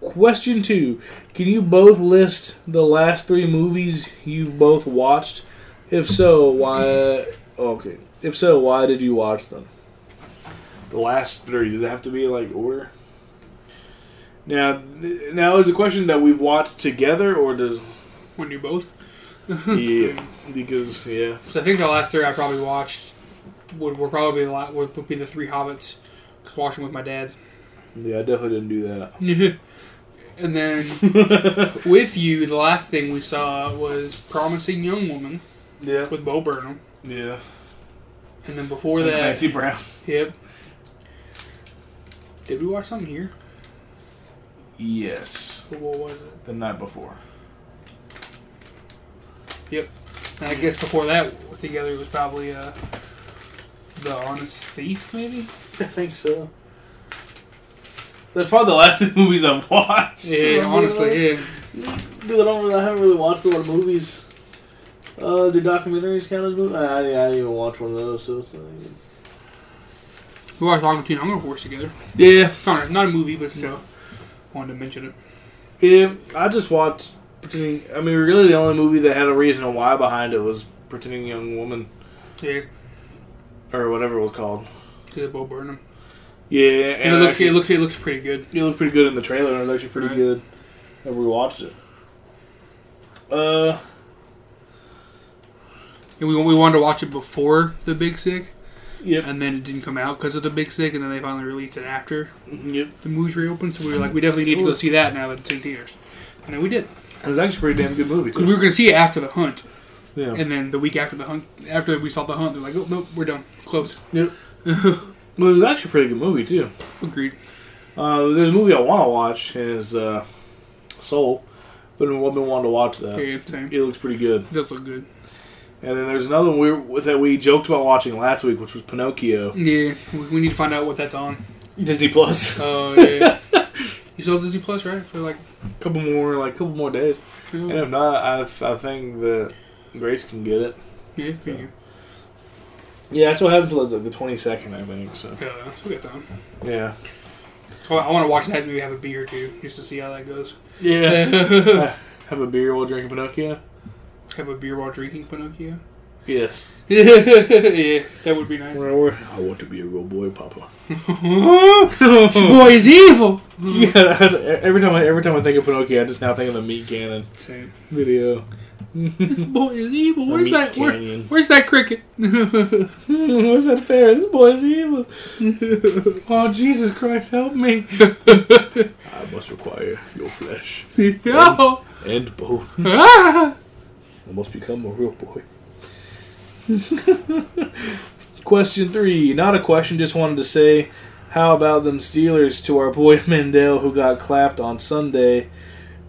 Speaker 1: Question two: Can you both list the last three movies you've both watched? If so, why? Okay. If so, why did you watch them? The last three. Does it have to be like order? Now, th- now is the question that we've watched together, or does
Speaker 2: When you both,
Speaker 1: yeah? Because yeah,
Speaker 2: so I think the last three I probably watched would were probably the la- would, would be the three Hobbits. 'cause I watched them with my dad,
Speaker 1: yeah, I definitely didn't do that.
Speaker 2: and then with you, the last thing we saw was Promising Young Woman
Speaker 1: Yeah,
Speaker 2: with Bo Burnham,
Speaker 1: yeah.
Speaker 2: and then before that,
Speaker 1: Clancy Brown.
Speaker 2: yep. Did we watch something here?
Speaker 1: Yes,
Speaker 2: What what was it?
Speaker 1: the night before.
Speaker 2: And I guess before that, together was probably uh, the Honest Thief, maybe.
Speaker 1: I think so. That's probably the last two movies I've watched.
Speaker 2: Yeah, honestly, yeah.
Speaker 1: Dude, I, don't really, I haven't really watched a lot of movies. Uh, do documentaries count as movies? I, I didn't even watch one of those, so it's not even...
Speaker 2: We watched Aqua Teen Hunger Force together.
Speaker 1: Yeah,
Speaker 2: It's not, not a movie, but still wanted to mention it.
Speaker 1: yeah. I just watched Pretending... I mean, really the only movie that had a reason why behind it was Pretending Young Woman,
Speaker 2: Yeah,
Speaker 1: or whatever it was called.
Speaker 2: did Bo Burnham,
Speaker 1: Yeah,
Speaker 2: and,
Speaker 1: and,
Speaker 2: it looks
Speaker 1: actually-
Speaker 2: it looks it looks pretty good.
Speaker 1: It looked pretty good in the trailer. and It was actually pretty
Speaker 2: Right.
Speaker 1: good. And we watched it. Uh,
Speaker 2: It and we we wanted to watch it before the Big Sick,
Speaker 1: Yep.
Speaker 2: and then it didn't come out because of the Big Sick, and then they finally released it after
Speaker 1: Yep.
Speaker 2: the movies reopened. So we were like, we definitely need to go see that now that it's in theaters, and then we did.
Speaker 1: It was actually a pretty damn good movie.
Speaker 2: 'Cause we were going to see it after the hunt,
Speaker 1: Yeah.
Speaker 2: and then the week after the hunt, after we saw the hunt, they're like, oh nope, we're done, closed.
Speaker 1: well, it was actually a pretty good movie too.
Speaker 2: Agreed.
Speaker 1: Uh, there's a movie I want to watch is uh, Soul, but I've been wanting to watch that.
Speaker 2: Yeah, same. It
Speaker 1: It looks pretty good.
Speaker 2: does look good.
Speaker 1: And then there's another one we that we joked about watching last week, which was Pinocchio.
Speaker 2: Yeah, we, we need to find out what that's on.
Speaker 1: Disney Plus.
Speaker 2: Oh yeah. you saw Disney Plus right for like.
Speaker 1: A couple more, like couple more days.
Speaker 2: two-
Speaker 1: And if not, I, I think that Grace can get it.
Speaker 2: Yeah,
Speaker 1: So.
Speaker 2: yeah.
Speaker 1: Yeah, that's what happens till like the 22nd, I think. So
Speaker 2: Uh, so we got time. Oh,
Speaker 1: yeah,
Speaker 2: I, want to watch that maybe have a beer or two just to see how that goes.
Speaker 1: yeah.
Speaker 2: have
Speaker 1: Have a beer while drinking Pinocchio.
Speaker 2: a beer while drinking Pinocchio.
Speaker 1: Yes.
Speaker 2: yeah, that would be nice.
Speaker 1: I want to be a real boy, Papa.
Speaker 2: this boy is evil.
Speaker 1: Yeah, every time I every time I think of Pinocchio, I just now think of the meat cannon
Speaker 2: Same.
Speaker 1: video.
Speaker 2: This boy is evil.
Speaker 1: The
Speaker 2: Where's
Speaker 1: meat
Speaker 2: that? Where,
Speaker 1: canyon.
Speaker 2: where's that cricket?
Speaker 1: Hmm, was that fair? This boy is evil. oh Jesus Christ, help me! I must require your flesh
Speaker 2: no.
Speaker 1: and bone.
Speaker 2: Ah.
Speaker 1: I must become a real boy. question three. Not a question, just wanted to say how about them Steelers to our boy Mandel who got clapped on Sunday.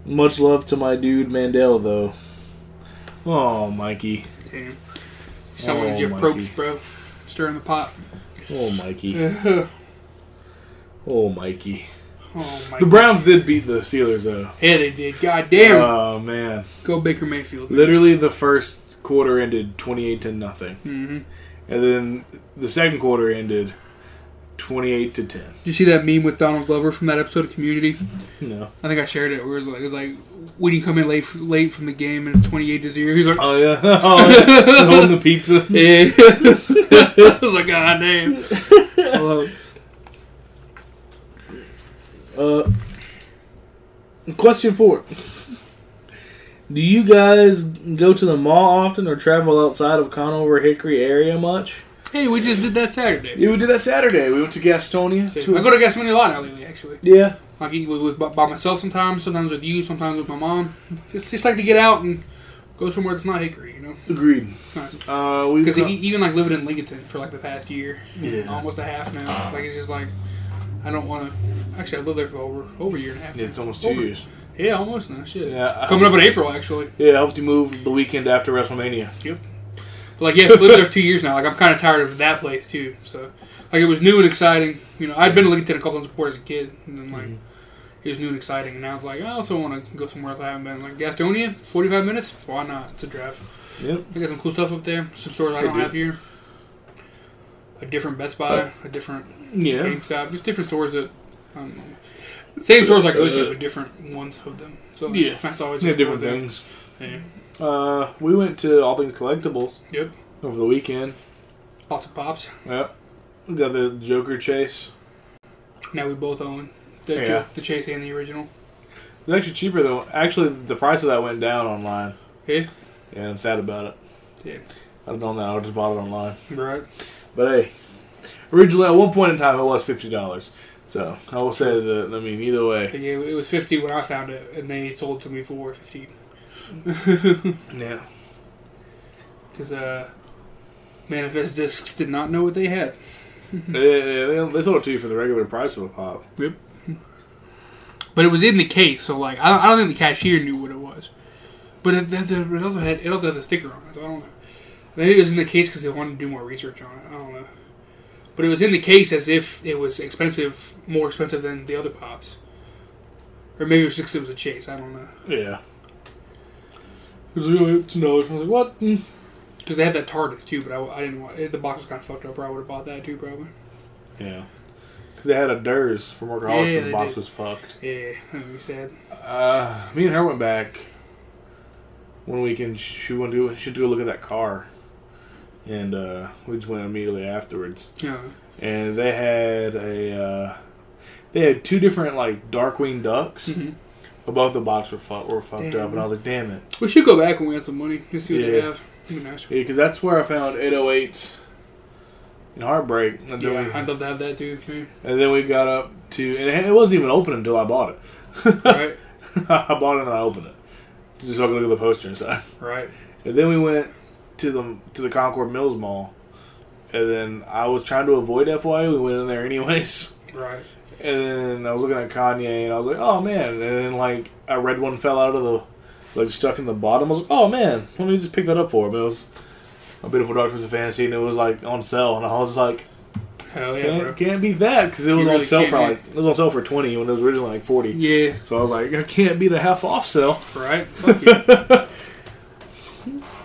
Speaker 1: Much love to my dude Mandel though. Oh Mikey.
Speaker 2: Damn. You sound like
Speaker 1: Oh,
Speaker 2: Jeff
Speaker 1: Mikey.
Speaker 2: Probst, bro. Stirring the pot.
Speaker 1: Oh Mikey.
Speaker 2: oh
Speaker 1: Oh Mikey.
Speaker 2: my.
Speaker 1: The Browns did beat the Steelers though.
Speaker 2: yeah, they did. God damn.
Speaker 1: Oh man.
Speaker 2: Go Baker Mayfield.
Speaker 1: Literally the first quarter ended twenty eight to nothing.
Speaker 2: hmm
Speaker 1: And then the second quarter ended twenty eight to ten.
Speaker 2: You see that meme with Donald Glover from that episode of Community?
Speaker 1: No.
Speaker 2: I think I shared it. Where it was like, it was like when you come in late, late from the game and it's twenty eight to zero. He's like,
Speaker 1: Oh yeah. Oh yeah. Holding the pizza.
Speaker 2: eh. I was like, God damn. I love it.
Speaker 1: Uh, question four. Do you guys go to the mall often or travel outside of Conover Hickory area much?
Speaker 2: Hey, we just did that Saturday.
Speaker 1: Yeah, we did that Saturday. We went to Gastonia.
Speaker 2: I go to Gasmini a lot now lately, actually.
Speaker 1: yeah,
Speaker 2: Like eat with, with, by myself sometimes, sometimes with you, sometimes with my mom. Just just like to get out and go somewhere that's not Hickory, you know.
Speaker 1: agreed.
Speaker 2: It's nice.
Speaker 1: Uh, we
Speaker 2: Because
Speaker 1: go-
Speaker 2: even like living in Lincolnton for like the past year,
Speaker 1: Yeah.
Speaker 2: almost a half now. Like it's just like I don't want to. Actually, I've lived there for over over a year and a half.
Speaker 1: Yeah,
Speaker 2: now.
Speaker 1: it's almost two
Speaker 2: Over-
Speaker 1: years.
Speaker 2: Yeah, almost now. Shit.
Speaker 1: Yeah, I-
Speaker 2: Coming up in April, actually.
Speaker 1: Yeah, I helped you move the weekend after WrestleMania.
Speaker 2: But like, yeah, I've lived there for two years now. Like, I'm kind of tired of that place too. So, like, it was new and exciting. You know, I'd been to Lincoln a couple times before as a kid, and then like,
Speaker 1: Mm-hmm.
Speaker 2: it was new and exciting. And I was like, I also want to go somewhere else I haven't been. Like Gastonia, 45 minutes. Why not? It's a drive.
Speaker 1: Yep.
Speaker 2: I got some cool stuff up there. Some stores I
Speaker 1: They
Speaker 2: don't
Speaker 1: do.
Speaker 2: have here. A different Best Buy, a different
Speaker 1: Yeah.
Speaker 2: GameStop, just different stores that. I don't know. Same stores I go to, but different ones of them. So
Speaker 1: Yeah.
Speaker 2: it's nice to always
Speaker 1: Yeah,
Speaker 2: explore
Speaker 1: different
Speaker 2: that.
Speaker 1: things.
Speaker 2: Yeah.
Speaker 1: Uh, we went to All Things Collectibles
Speaker 2: Yep,
Speaker 1: over the weekend.
Speaker 2: lots of pops.
Speaker 1: Yep. We got the Joker chase.
Speaker 2: Now we both own the,
Speaker 1: Yeah.
Speaker 2: Ju- the Chase and the original.
Speaker 1: It was actually cheaper though. Actually, the price of that went down online.
Speaker 2: Yeah,
Speaker 1: Yeah, I'm sad about it.
Speaker 2: Yeah.
Speaker 1: I don't know now. I would've just bought it online.
Speaker 2: right.
Speaker 1: But hey, originally at one point in time it was fifty dollars. So I will say that. I mean, either way.
Speaker 2: But yeah, it was fifty when I found it, and they sold it to me for fifteen.
Speaker 1: Yeah.
Speaker 2: Because uh, Manifest Discs did not know what they had.
Speaker 1: yeah, yeah, they, they sold it to you for the regular price of a pop.
Speaker 2: But it was in the case, so like I don't, I don't think the cashier knew what it was. But it, it, it also had it also had the sticker on it, so I don't know. Maybe it was in the case because they wanted to do more research on it. I don't know. But it was in the case as if it was expensive, more expensive than the other pops, or maybe it was just 'cause it was a chase. I don't know
Speaker 1: Yeah. It was really two dollars. I was like, what? Mm.
Speaker 2: because they had that TARDIS too, but I, I didn't want it, the box was kind of fucked up, or I would have bought that too probably.
Speaker 1: Yeah. Because they had a Durs from Workaholics,
Speaker 2: Yeah,
Speaker 1: but
Speaker 2: they
Speaker 1: the box
Speaker 2: did.
Speaker 1: was fucked.
Speaker 2: Yeah, that would be sad.
Speaker 1: Uh, me and her went back one weekend. She went to she took a look at that car, and uh, we just went immediately afterwards.
Speaker 2: Yeah,
Speaker 1: and they had a uh, they had two different like Darkwing ducks.
Speaker 2: Mhm.
Speaker 1: But both the box were, fu- were fucked
Speaker 2: Damn.
Speaker 1: up, and I was like, "Damn it!"
Speaker 2: we should go back when we have some money. Just see what they
Speaker 1: Yeah.
Speaker 2: have. It'd be nice.
Speaker 1: Yeah, because that's where I found 808 and Heartbreak. And then,
Speaker 2: Yeah,
Speaker 1: we,
Speaker 2: I'd love to have that too. man.
Speaker 1: and then we got up to, and it wasn't even open until I bought it.
Speaker 2: Right,
Speaker 1: I bought it and I opened it just so I could look at the poster inside.
Speaker 2: right.
Speaker 1: And then we went to the to the Concord Mills Mall, and then I was trying to avoid FYA. We went in there anyways,
Speaker 2: Right.
Speaker 1: and then I was looking at Kanye, and I was like, "Oh man!" And then like a red one fell out of the like stuck in the bottom. I was like, "Oh man, let me just pick that up for him." It was a beautiful darkness of fantasy, and it was like on sale, and I was like,
Speaker 2: Hell yeah,
Speaker 1: "Can't
Speaker 2: bro.
Speaker 1: can't be that," because it was on
Speaker 2: really
Speaker 1: sale for
Speaker 2: can't,
Speaker 1: like it was on sale for twenty when it was originally like forty.
Speaker 2: Yeah,
Speaker 1: So I was like, "I can't beat a half off sale."
Speaker 2: right. Fuck yeah.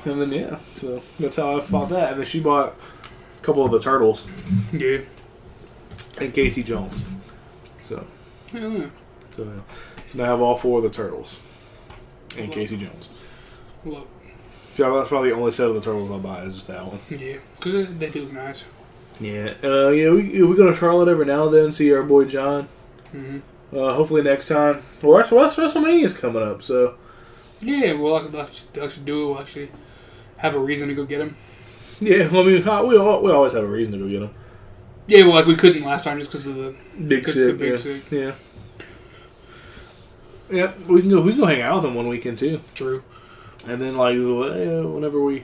Speaker 1: And then yeah, so that's how I bought that. And then she bought a couple of the turtles
Speaker 2: yeah.
Speaker 1: and Casey Jones. So
Speaker 2: Hell yeah.
Speaker 1: so yeah. so now I have all four of the turtles and Casey Jones.
Speaker 2: Love
Speaker 1: So that's probably the only set of the turtles I'll buy is just that one.
Speaker 2: it. Yeah, because they do look nice.
Speaker 1: Yeah, uh, yeah. We, we go to Charlotte every now and then see our boy John.
Speaker 2: hmm
Speaker 1: Uh, hopefully next time. Well, that's- well, that's WrestleMania's coming up, so
Speaker 2: Yeah, well, I could actually, actually do it. We'll actually have a reason to go get him.
Speaker 1: yeah. Well, I mean, I- we al- we always have a reason to go get him.
Speaker 2: Yeah, well, like we couldn't last time just because of the
Speaker 1: Big
Speaker 2: Because of the
Speaker 1: sick,
Speaker 2: big
Speaker 1: yeah.
Speaker 2: sick.
Speaker 1: yeah. Yeah, we can go. We can go hang out with him one weekend too.
Speaker 2: Drew.
Speaker 1: And then like uh, whenever we,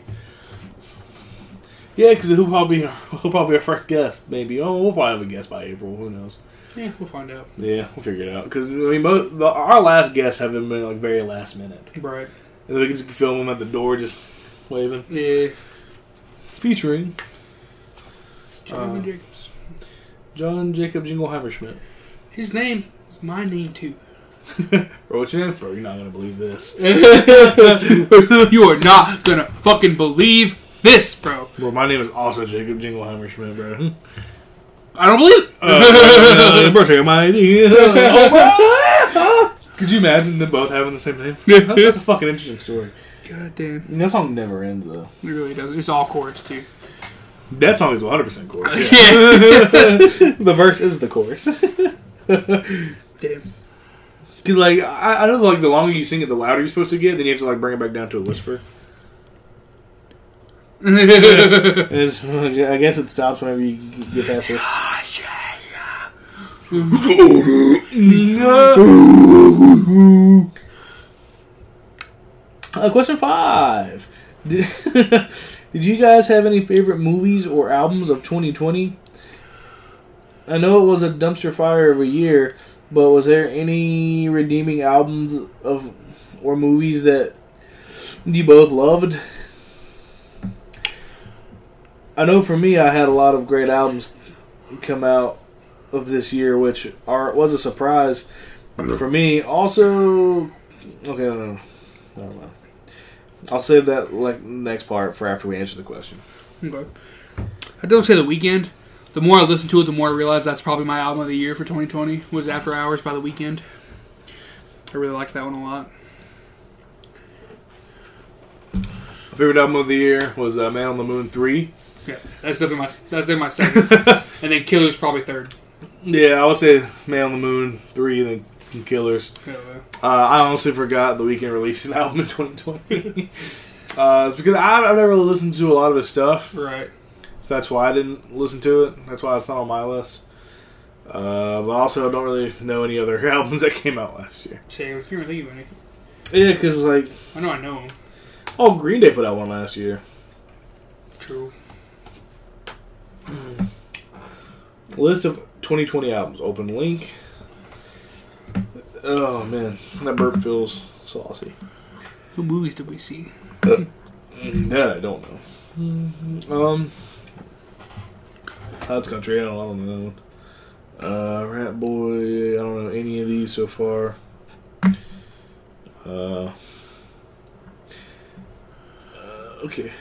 Speaker 1: yeah, because he'll probably he'll probably be our first guest. Maybe oh, we'll probably have a guest by April. Who knows?
Speaker 2: Yeah, we'll find out.
Speaker 1: Yeah, we'll figure it out. Because I mean, most, the, our last guests have been like very last minute,
Speaker 2: Right.
Speaker 1: and then we can just film them at the door, just waving,
Speaker 2: Yeah.
Speaker 1: featuring
Speaker 2: John
Speaker 1: Uh,
Speaker 2: Jacobs.
Speaker 1: John Jacob Jingleheimer Schmidt.
Speaker 2: His name is my name too.
Speaker 1: Rochin, bro, you're not gonna believe this.
Speaker 2: you are not gonna fucking believe this, bro.
Speaker 1: Bro, my name is also Jacob Jingleheimer Schmidt, bro.
Speaker 2: I don't believe it.
Speaker 1: Uh, Hmm. bro, check my ID. Oh, bro. Could you imagine them both having the same name? That's, that's a fucking interesting story.
Speaker 2: God damn.
Speaker 1: And that song never ends though.
Speaker 2: It really does. It's all chorus too.
Speaker 1: That song is 100 percent chorus. yeah.
Speaker 2: Yeah.
Speaker 1: the verse is the chorus.
Speaker 2: damn.
Speaker 1: Cause like I, I know like the longer you sing it, the louder you're supposed to get. Then you have to like bring it back down to a whisper. And it's- I guess it stops whenever you get past it. Uh, question five. Did, did you guys have any favorite movies or albums of 2020? I know it was a dumpster fire of a year, but was there any redeeming albums of or movies that you both loved? I know for me, I had a lot of great albums come out of this year, which are was a surprise for me. Also, okay, no, no, no. Never mind. I'll save that like next part for after we answer the question.
Speaker 2: Okay. I don't say the weekend. The more I listen to it, the more I realize that's probably my album of the year for 2020 was After Hours by the Weekend. I really like that one a lot.
Speaker 1: My favorite album of the year was uh, Man on the Moon three.
Speaker 2: Yeah, that's definitely my that's definitely my second. and then Killer's probably third.
Speaker 1: Yeah, I would say Man on the Moon three, and then Killers.
Speaker 2: Yeah, well.
Speaker 1: Uh, I honestly forgot the weekend released an album in 2020. uh, it's because I, I've never listened to a lot of his stuff.
Speaker 2: Right.
Speaker 1: So that's why I didn't listen to it. That's why it's not on my list. Uh, but also, I don't really know any other albums that came out last year.
Speaker 2: Say, I can't really think of any.
Speaker 1: Yeah, because like,
Speaker 2: I know I know him.
Speaker 1: oh, Green Day put out one last year.
Speaker 2: True.
Speaker 1: List of 2020 albums. Open link. Oh man, that burp feels saucy.
Speaker 2: Who movies did we see?
Speaker 1: That Mm, I don't know. Um, Hot's Country. I don't, I don't know. Uh, Rat Boy. I don't know any of these so far. Uh, uh, uh, okay.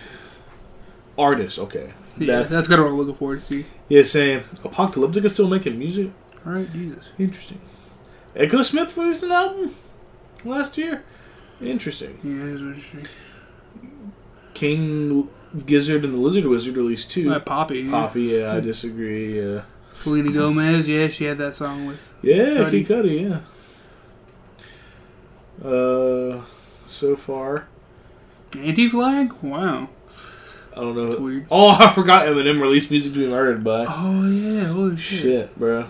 Speaker 1: Artist. Okay.
Speaker 2: Yeah,
Speaker 1: That's,
Speaker 2: that's kind of what I'm looking forward to see.
Speaker 1: yeah, saying Apocalyptica still making music.
Speaker 2: All right, Jesus.
Speaker 1: Interesting. Echo Smith released an album last year. Interesting.
Speaker 2: Yeah, it is interesting.
Speaker 1: King Gizzard and the Lizard Wizard released two.
Speaker 2: Uh, Poppy. yeah.
Speaker 1: Poppy, yeah, I disagree. Yeah,
Speaker 2: Selena Gomez. Yeah, she had that song with.
Speaker 1: yeah,
Speaker 2: Cuddy.
Speaker 1: Kid Cudi, yeah. Uh, so far,
Speaker 2: Anti Flag? Wow.
Speaker 1: I don't know.
Speaker 2: It's weird.
Speaker 1: Oh, I forgot Eminem released music to be murdered by.
Speaker 2: Oh yeah, holy shit.
Speaker 1: Shit, bro.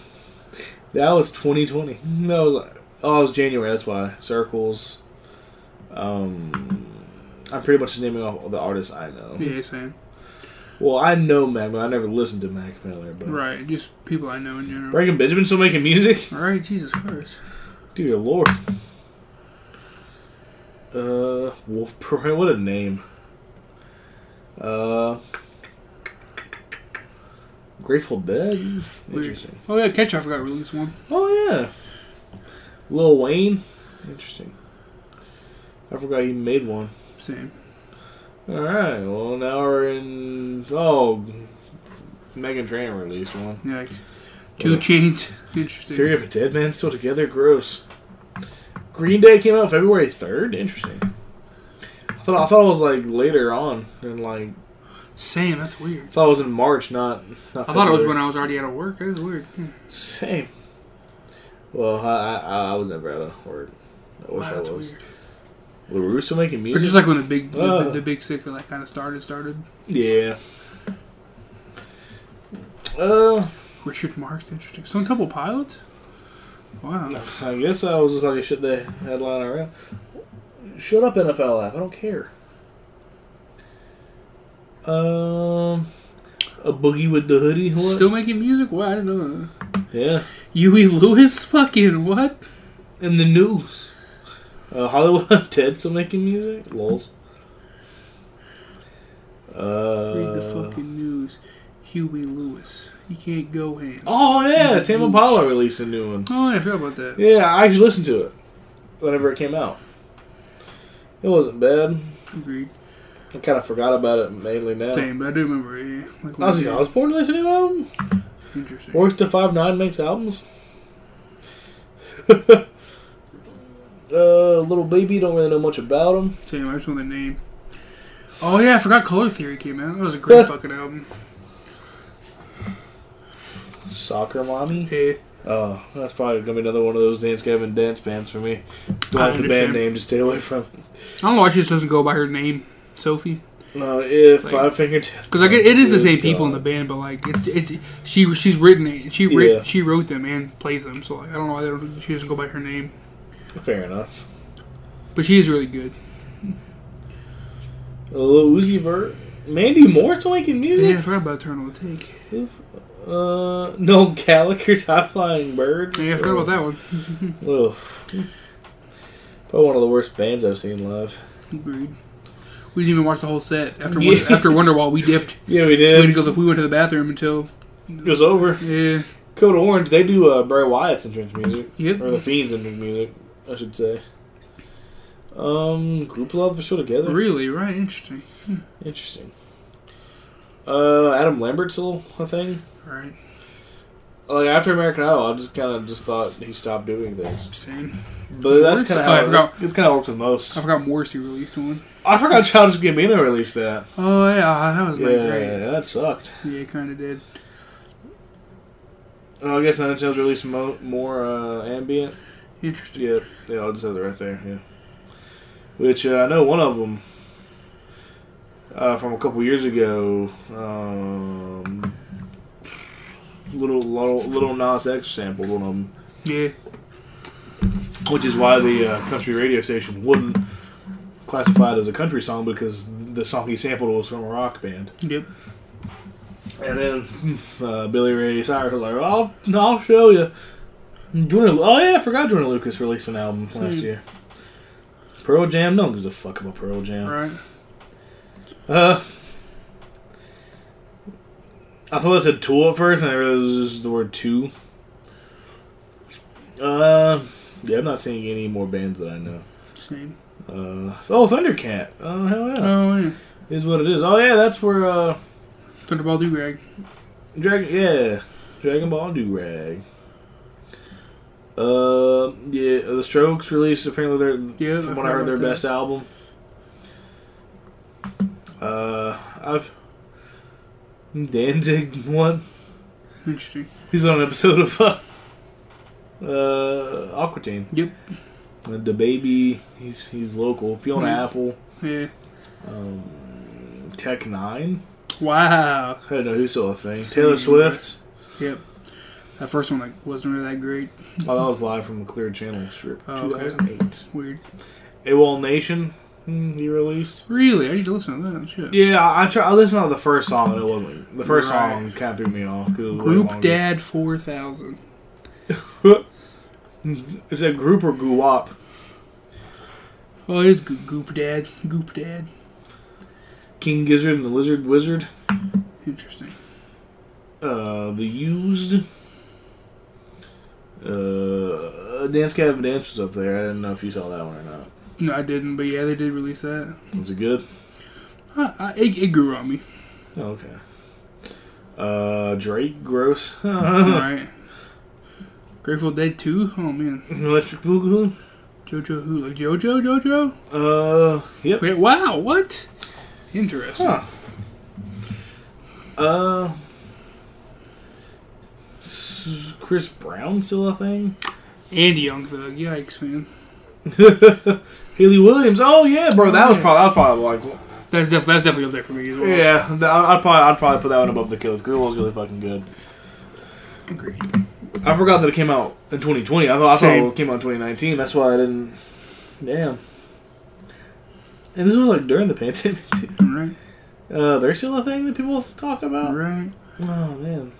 Speaker 1: That was 2020. That was like, oh, it was January. That's why circles. Um, I'm pretty much just naming off all the artists I know.
Speaker 2: Yeah, same.
Speaker 1: Well, I know Mac, but I never listened to Mac Miller. But
Speaker 2: Right, just people I know in general.
Speaker 1: Breaking Benjamin still making music,
Speaker 2: All right, Jesus Christ.
Speaker 1: dear lord. Uh, Wolf Parade. What a name. Uh, Grateful Dead.
Speaker 2: Weird.
Speaker 1: Interesting.
Speaker 2: Oh yeah, Catch I forgot to release one.
Speaker 1: Oh yeah, Lil Wayne. Interesting. I forgot he made one.
Speaker 2: Same.
Speaker 1: All right. Well, now we're in. Oh, Megan Trainor released one.
Speaker 2: Yikes. Two Chains. Interesting.
Speaker 1: Theory of a Dead Man still together. Gross. Green Day came out February third. Interesting. I thought I thought it was like later on, and like
Speaker 2: Same. That's weird.
Speaker 1: I thought it was in March, not. not
Speaker 2: I thought it was
Speaker 1: February.
Speaker 2: when I was already out of work. That is weird. Hmm.
Speaker 1: Same. Well, I, I I was never out of work. I wish
Speaker 2: Wow,
Speaker 1: I
Speaker 2: that's
Speaker 1: was.
Speaker 2: weird.
Speaker 1: LaRue still making
Speaker 2: Or
Speaker 1: music.
Speaker 2: just like when the big the,
Speaker 1: Uh.
Speaker 2: the big sick like kind of started started.
Speaker 1: Yeah. Uh,
Speaker 2: Richard Marks. Interesting. Stone Temple Pilots. Wow.
Speaker 1: I guess I was just like, should they headline around? Shut up, NFL app. I don't care. Um, a boogie with the hoodie. What?
Speaker 2: Still making music? Wow, I didn't know that.
Speaker 1: yeah.
Speaker 2: Huey Lewis? Fucking what?
Speaker 1: In the news, uh, Hollywood Ted still making music. Lols. Uh,
Speaker 2: Read the fucking news. Huey Lewis. You can't go ham. Oh,
Speaker 1: Oh yeah,
Speaker 2: He's a
Speaker 1: Tame
Speaker 2: douche.
Speaker 1: Impala released a new one.
Speaker 2: Oh, yeah, I forgot about that.
Speaker 1: Yeah, I actually listened to it whenever it came out. It wasn't bad.
Speaker 2: Agreed.
Speaker 1: I kind of forgot about it mainly now.
Speaker 2: Same, but I do remember it. Yeah. Like, when
Speaker 1: Ozzy
Speaker 2: we-
Speaker 1: Osbourne released a new album.
Speaker 2: Interesting.
Speaker 1: Works to five nine makes albums. uh, little baby, don't really know much about him.
Speaker 2: Same, I just know the name. Oh yeah, I forgot Color Theory came out. That was a great fucking album.
Speaker 1: Soccer mommy.
Speaker 2: Hey,
Speaker 1: Oh, that's probably gonna be another one of those dance Gavin dance bands for me. Don't
Speaker 2: I
Speaker 1: like the band
Speaker 2: understand.
Speaker 1: name, just stay away from.
Speaker 2: I don't know why she just doesn't go by her name, Sophie.
Speaker 1: No, if
Speaker 2: Like-
Speaker 1: five finger death.
Speaker 2: Because like it, it is the
Speaker 1: Good
Speaker 2: same people in
Speaker 1: God.
Speaker 2: the band, but like it's it's she she's written it, she writ,
Speaker 1: Yeah.
Speaker 2: she wrote them and plays them. So like I don't know why they don't, she doesn't go by her name,
Speaker 1: Fair enough.
Speaker 2: but she is really good.
Speaker 1: A little Uzi Vert. Mandy Moore's making
Speaker 2: Yeah, I
Speaker 1: music.
Speaker 2: forgot about Eternal Take.
Speaker 1: Uh, no Gallagher's High Flying Birds.
Speaker 2: Yeah, I forgot about that one.
Speaker 1: that. Ugh. Probably one of the worst bands I've seen live.
Speaker 2: Agreed. We didn't even watch the whole set after
Speaker 1: Yeah.
Speaker 2: Wonder- after Wonderwall. We dipped.
Speaker 1: Yeah, we
Speaker 2: We,
Speaker 1: did.
Speaker 2: had to go to- we went to the bathroom until
Speaker 1: It was over.
Speaker 2: yeah.
Speaker 1: Code Orange. They do uh, Bray Wyatt's entrance music,
Speaker 2: Yep.
Speaker 1: or the Fiend's entrance music, I should say. Um, Group Love is still together.
Speaker 2: Really, right? Interesting.
Speaker 1: Interesting. Uh, Adam Lambert's still a thing.
Speaker 2: All right.
Speaker 1: Like after American Idol, I just kind of just thought he stopped doing things.
Speaker 2: Same.
Speaker 1: But that's
Speaker 2: Morrissey-
Speaker 1: kind of
Speaker 2: oh, I
Speaker 1: how
Speaker 2: forgot.
Speaker 1: it's, kind of works the most.
Speaker 2: I forgot Morrissey released one.
Speaker 1: I forgot Childish Gambino released that.
Speaker 2: Oh yeah, that was
Speaker 1: Yeah,
Speaker 2: like great.
Speaker 1: that sucked.
Speaker 2: Yeah, it kind of did.
Speaker 1: Oh, I guess Nine Inch Nails released mo- more uh, ambient.
Speaker 2: Interesting.
Speaker 1: Yeah, yeah, I'll just have it right there. Yeah, which uh, I know one of them uh, from a couple years ago. Um, little little little Nas X sampled one of them.
Speaker 2: Yeah.
Speaker 1: which is why the uh, country radio station wouldn't classify it as a country song because the song he sampled was from a rock band.
Speaker 2: Yep.
Speaker 1: And then uh, Billy Ray Cyrus was like, "I'll, I'll show you." Jordan, oh yeah, I forgot Jordan Lucas released an album last
Speaker 2: Hmm.
Speaker 1: year. Pearl Jam, no one gives a fuck about Pearl Jam.
Speaker 2: Right.
Speaker 1: Uh, I thought it said tool at first, and I realized it was just the word two. Uh, yeah, I'm not seeing any more bands that I know.
Speaker 2: Same.
Speaker 1: Uh, oh, Thundercat. Oh, hell yeah.
Speaker 2: Oh yeah.
Speaker 1: is what it is. Oh, yeah, that's where, uh,
Speaker 2: Thunderball do rag.
Speaker 1: Dragon, yeah, Dragon Ball Durag. Uh, yeah, The Strokes released apparently their,
Speaker 2: Yeah,
Speaker 1: from
Speaker 2: I've
Speaker 1: what I
Speaker 2: heard
Speaker 1: heard, their
Speaker 2: about that.
Speaker 1: best album. Uh, I've, Danzig one.
Speaker 2: Interesting.
Speaker 1: He's on an episode of, uh, uh Aqua Teen.
Speaker 2: Yep.
Speaker 1: The baby, he's, he's local. Fiona
Speaker 2: Mhm.
Speaker 1: Apple.
Speaker 2: Yeah.
Speaker 1: Um, like Tech Nine.
Speaker 2: Wow.
Speaker 1: I didn't know who saw a thing.
Speaker 2: Sweet.
Speaker 1: Taylor Swift.
Speaker 2: Yep. That first one like wasn't really that great.
Speaker 1: Oh, that was live from the Clear Channel strip,
Speaker 2: Oh, okay.
Speaker 1: 2008.
Speaker 2: Weird.
Speaker 1: AWOL Nation. mm, He released.
Speaker 2: Really, I need to listen to that shit.
Speaker 1: Yeah, I I, try, I listened to the first song and it wasn't. The first
Speaker 2: Right.
Speaker 1: song kind of threw me off. 'cause it was way
Speaker 2: Group
Speaker 1: longer.
Speaker 2: Dad Four Thousand.
Speaker 1: Is that group or guap?
Speaker 2: Oh, it is Go- Goop Dad. Goop Dad.
Speaker 1: King Gizzard and the Lizard Wizard.
Speaker 2: Interesting.
Speaker 1: Uh, the Used. Uh, Dance Cavern Dance was up there. I didn't know if you saw that one or not.
Speaker 2: No, I didn't, but yeah, they did release that.
Speaker 1: Was it good?
Speaker 2: Uh, I, it, it grew on me.
Speaker 1: Oh, okay. Uh, Drake, gross.
Speaker 2: Alright. Grateful Dead 2? Oh man.
Speaker 1: Electric Boogaloo.
Speaker 2: JoJo who? Like JoJo? JoJo?
Speaker 1: Uh, yep.
Speaker 2: Wait, wow, what? Interesting.
Speaker 1: Huh. Uh, s- Chris Brown still a thing?
Speaker 2: And Young Thug. Yikes, man.
Speaker 1: Haley Williams. Oh yeah, bro. That was
Speaker 2: Yeah.
Speaker 1: probably that was probably like
Speaker 2: That's, def- that's definitely up there for me as well.
Speaker 1: yeah. That, I'd probably I'd probably put that one above the kills because it was really fucking good.
Speaker 2: Agreed.
Speaker 1: I forgot that it came out in 2020. I thought I
Speaker 2: Same.
Speaker 1: thought it came out in 2019. That's why I didn't. Damn. And this was like during the pandemic. too.
Speaker 2: Alright.
Speaker 1: Uh, they're still a thing that people talk about.
Speaker 2: Alright.
Speaker 1: Oh man.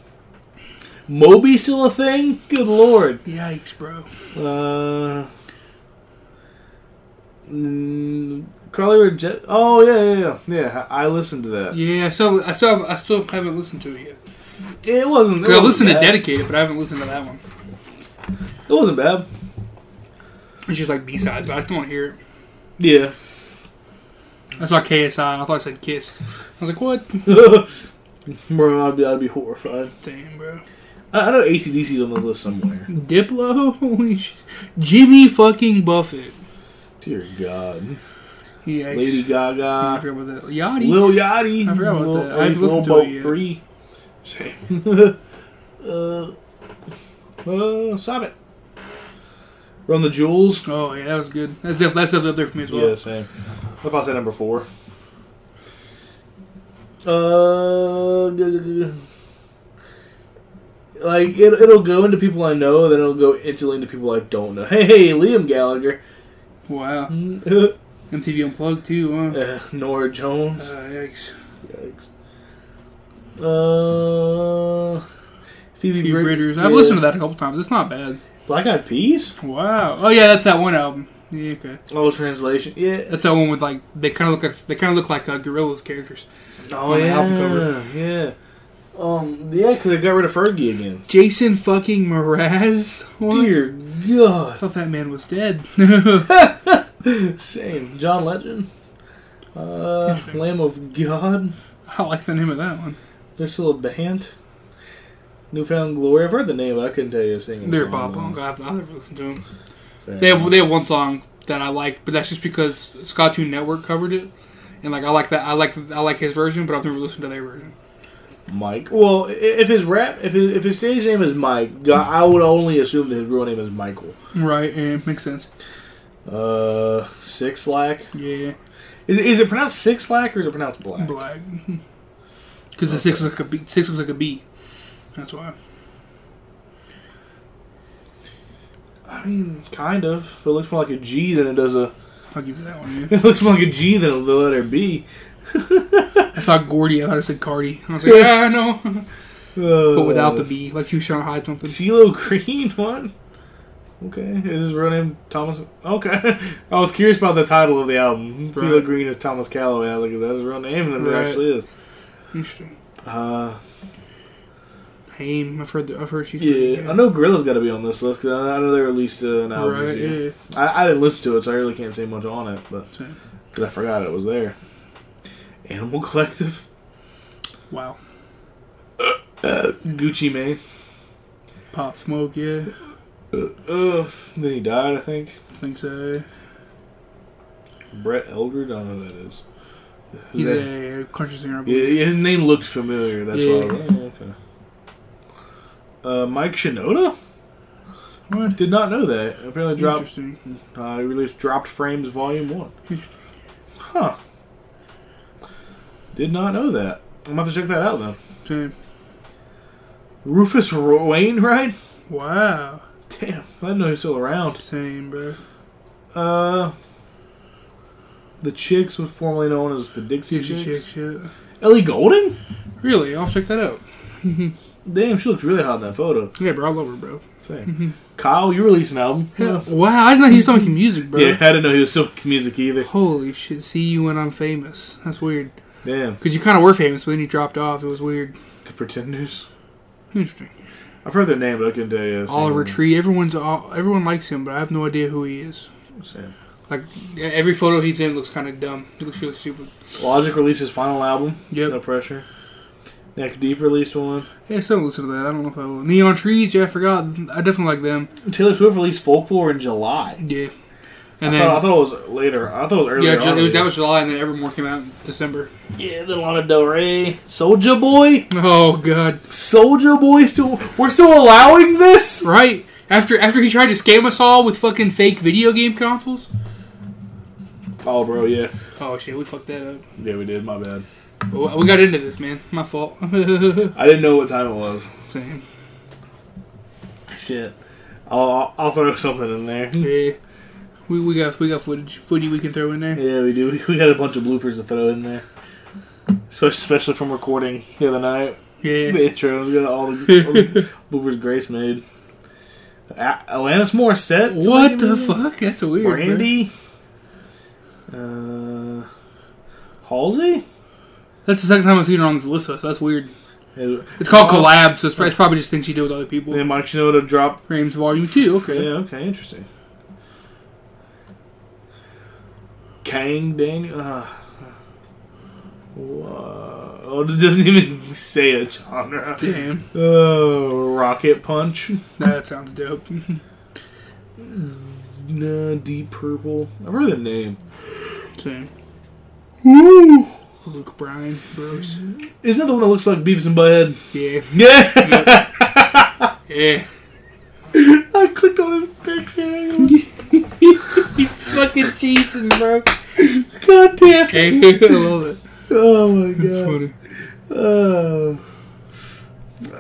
Speaker 1: Moby still a thing? Good lord.
Speaker 2: Yikes, bro.
Speaker 1: Uh, mm, Carly Rae. Oh yeah, yeah, yeah, yeah. I I listened to that.
Speaker 2: Yeah, I still, I still, I still haven't listened to it yet.
Speaker 1: It wasn't. It
Speaker 2: I
Speaker 1: wasn't
Speaker 2: listened to
Speaker 1: bad.
Speaker 2: Dedicated, but I haven't listened to that one.
Speaker 1: It wasn't bad.
Speaker 2: It's just like B sides, but I still want to hear it.
Speaker 1: Yeah.
Speaker 2: I saw KSI, and I thought it said Kiss. I was like, what?
Speaker 1: Bro, I'd be, I'd be horrified.
Speaker 2: Damn, bro.
Speaker 1: I, I know ACDC's on the list somewhere.
Speaker 2: Diplo? Holy shit. Jimmy fucking Buffett.
Speaker 1: Dear God.
Speaker 2: Yikes.
Speaker 1: Lady
Speaker 2: I
Speaker 1: Gaga.
Speaker 2: forgot about that. Yachty.
Speaker 1: Lil Yachty.
Speaker 2: I forgot about
Speaker 1: Lil,
Speaker 2: that. I haven't
Speaker 1: Lil
Speaker 2: listened to
Speaker 1: Boat
Speaker 2: it yet.
Speaker 1: 3. Same. uh, uh, stop it. Run the Jewels.
Speaker 2: oh, yeah, that was good. That's def- that's definitely up there for me as well.
Speaker 1: Yeah, same. What about that number four? Uh, g- g- g- like it, it'll go into people I know, then it'll go instantly into people I don't know. Hey, hey, Liam Gallagher,
Speaker 2: Wow.
Speaker 1: uh,
Speaker 2: MTV Unplugged, too, huh?
Speaker 1: Nora Jones.
Speaker 2: Uh, yikes.
Speaker 1: Yikes. Uh, Phoebe,
Speaker 2: Few
Speaker 1: Brit-
Speaker 2: Britters. I've
Speaker 1: yeah.
Speaker 2: listened to that a couple times. It's not bad.
Speaker 1: Black Eyed Peas.
Speaker 2: Wow. Oh, yeah, that's that one album. Yeah, okay.
Speaker 1: Oh, translation. Yeah.
Speaker 2: That's that one with like they kind of look like they kind of look like uh, gorillas characters.
Speaker 1: Oh
Speaker 2: on the
Speaker 1: yeah.
Speaker 2: album cover.
Speaker 1: Yeah. Um. Yeah, because they got rid of Fergie again.
Speaker 2: Jason fucking Mraz. What?
Speaker 1: Dear
Speaker 2: I
Speaker 1: God.
Speaker 2: thought that man was dead.
Speaker 1: Same. John Legend. Uh,
Speaker 2: Interesting.
Speaker 1: Lamb of God.
Speaker 2: I like the name of that one.
Speaker 1: They're still a band. Newfound Glory. I've heard the name, but I couldn't tell you a single
Speaker 2: They're
Speaker 1: song.
Speaker 2: pop punk. I've, I've never listened to them.
Speaker 1: Fair
Speaker 2: They have
Speaker 1: enough.
Speaker 2: they have one song that I like, but that's just because Skytoon Network covered it, and like I like that I like I like his version, but I've never listened to their version.
Speaker 1: Mike. Well, i- if his rap, if his, if his stage name is Mike, God, I would only assume that his real name is Michael.
Speaker 2: Right, and makes sense.
Speaker 1: Uh, Six Lack.
Speaker 2: Yeah,
Speaker 1: Is, is it pronounced Six Lack or is it pronounced Black?
Speaker 2: black. Because the six looks like a B, six looks like a B. That's why.
Speaker 1: I mean, kind of. It looks more like a G than it does a.
Speaker 2: I'll give you that one. Yeah.
Speaker 1: It looks more like a G than the letter B.
Speaker 2: I saw Gordy. I thought it said Cardi. I was like, yeah, I know,
Speaker 1: Uh,
Speaker 2: but without the B. Like he was trying to hide something.
Speaker 1: CeeLo Green one? Okay. Is his real name Thomas? Okay. I was curious about the title of the album. CeeLo
Speaker 2: Right.
Speaker 1: Green is Thomas Calloway. I was like, is that his real name? And then
Speaker 2: Right.
Speaker 1: it actually is.
Speaker 2: Interesting.
Speaker 1: Uh,
Speaker 2: Haim. I've heard. The, I've heard she's. pretty
Speaker 1: yeah.
Speaker 2: good.
Speaker 1: I know Gorilla's got to be on this list because I I know they released uh, an album.
Speaker 2: Right.
Speaker 1: this year.
Speaker 2: Yeah.
Speaker 1: I, I didn't listen to it, so I really can't say much on it, but
Speaker 2: So,
Speaker 1: because I forgot it was there. Animal Collective,
Speaker 2: wow. Mm-hmm.
Speaker 1: Gucci Mane.
Speaker 2: Pop Smoke. Yeah.
Speaker 1: Uh, then he died, I think.
Speaker 2: I think so.
Speaker 1: Brett Eldred, I don't know who that is.
Speaker 2: He's
Speaker 1: That-
Speaker 2: a country singer. I
Speaker 1: Yeah,
Speaker 2: believe.
Speaker 1: yeah, his name looked familiar. That's why. I was like, oh, okay. Uh, Mike Shinoda
Speaker 2: What?
Speaker 1: did not know that. Apparently, dropped.
Speaker 2: Interesting.
Speaker 1: Uh, he released "Dropped Frames" Volume One. Huh. Did not know that. I'm about to check that out though.
Speaker 2: Okay.
Speaker 1: Rufus Ro- Wainwright.
Speaker 2: Wow.
Speaker 1: Damn, I didn't know he's still around.
Speaker 2: Same, bro.
Speaker 1: Uh, the Chicks was formerly known as the Dixie
Speaker 2: Dixie
Speaker 1: Chicks.
Speaker 2: Chicks, yeah.
Speaker 1: Ellie Golding.
Speaker 2: Really? I'll check that out.
Speaker 1: Damn, she looks really hot in that photo.
Speaker 2: Yeah, bro. I love her, bro. Mm-hmm.
Speaker 1: Same. Kyle, you released an album.
Speaker 2: Wow. I didn't know he was still making music, bro.
Speaker 1: Yeah, I didn't know he was still making music either.
Speaker 2: Holy shit. See you when I'm famous. That's weird.
Speaker 1: Damn,
Speaker 2: Because you kind of were famous, but then you dropped off. It was weird.
Speaker 1: the Pretenders.
Speaker 2: Interesting.
Speaker 1: I've heard their name, but I couldn't tell you.
Speaker 2: Oliver Tree. Everyone's all, everyone likes him, but I have no idea who he is.
Speaker 1: Sam.
Speaker 2: Like yeah, every photo he's in looks kind of dumb. He looks really stupid.
Speaker 1: Logic released his final album.
Speaker 2: Yep.
Speaker 1: No pressure. Neck Deep released one.
Speaker 2: Yeah, still listen to that. I don't know if I will. Neon Trees. Yeah, I forgot. I definitely like them.
Speaker 1: Taylor Swift released Folklore in July.
Speaker 2: Yeah. And
Speaker 1: I,
Speaker 2: then
Speaker 1: thought, I thought it was later. I thought it was earlier.
Speaker 2: yeah,
Speaker 1: on
Speaker 2: Ju- it
Speaker 1: in
Speaker 2: was,
Speaker 1: the year.
Speaker 2: that was July, and then Evermore came out in December.
Speaker 1: Yeah, then Lana Del Rey, Soldier Boy,
Speaker 2: Oh God!
Speaker 1: Soldier Boy. Still, we're still allowing this.
Speaker 2: Right after after he tried to scam us all with fucking fake video game consoles.
Speaker 1: Oh, bro, yeah,
Speaker 2: Oh shit, we fucked that up.
Speaker 1: yeah, we did. My bad.
Speaker 2: But We got into this, man. My fault.
Speaker 1: I didn't know what time it was.
Speaker 2: Same.
Speaker 1: Shit. I'll, I'll throw something in there.
Speaker 2: Yeah. We, we got we got footage footage we can throw in there.
Speaker 1: Yeah, we do. We got a bunch of bloopers to throw in there, especially, especially from recording the other night.
Speaker 2: Yeah.
Speaker 1: The intro, we got all the, all the bloopers Grace made. A- Alanis Morissette.
Speaker 2: What the
Speaker 1: fuck?
Speaker 2: fuck? That's weird. bro.
Speaker 1: Brandy. Uh, Halsey.
Speaker 2: That's the second time I've seen her on this list, so that's weird. It's
Speaker 1: It's
Speaker 2: called collab, so it's it's probably just things she did with other people.
Speaker 1: And Mike Shinoda dropped
Speaker 2: Frames Volume Two. Okay.
Speaker 1: Yeah, okay, interesting. Kang Daniel. Uh, wha- oh, it doesn't even say a genre.
Speaker 2: Damn.
Speaker 1: Oh, Rocket Punch.
Speaker 2: That sounds dope.
Speaker 1: Nah, Deep Purple. I've heard the name.
Speaker 2: Same. Luke Bryan, gross.
Speaker 1: Isn't that the one that looks like Beavis and Butthead?
Speaker 2: Yeah.
Speaker 1: Yeah!
Speaker 2: Yeah.
Speaker 1: I clicked on his picture.
Speaker 2: He's fucking cheating, bro.
Speaker 1: God damn.
Speaker 2: I love it.
Speaker 1: Oh my god.
Speaker 2: That's funny.
Speaker 1: Oh.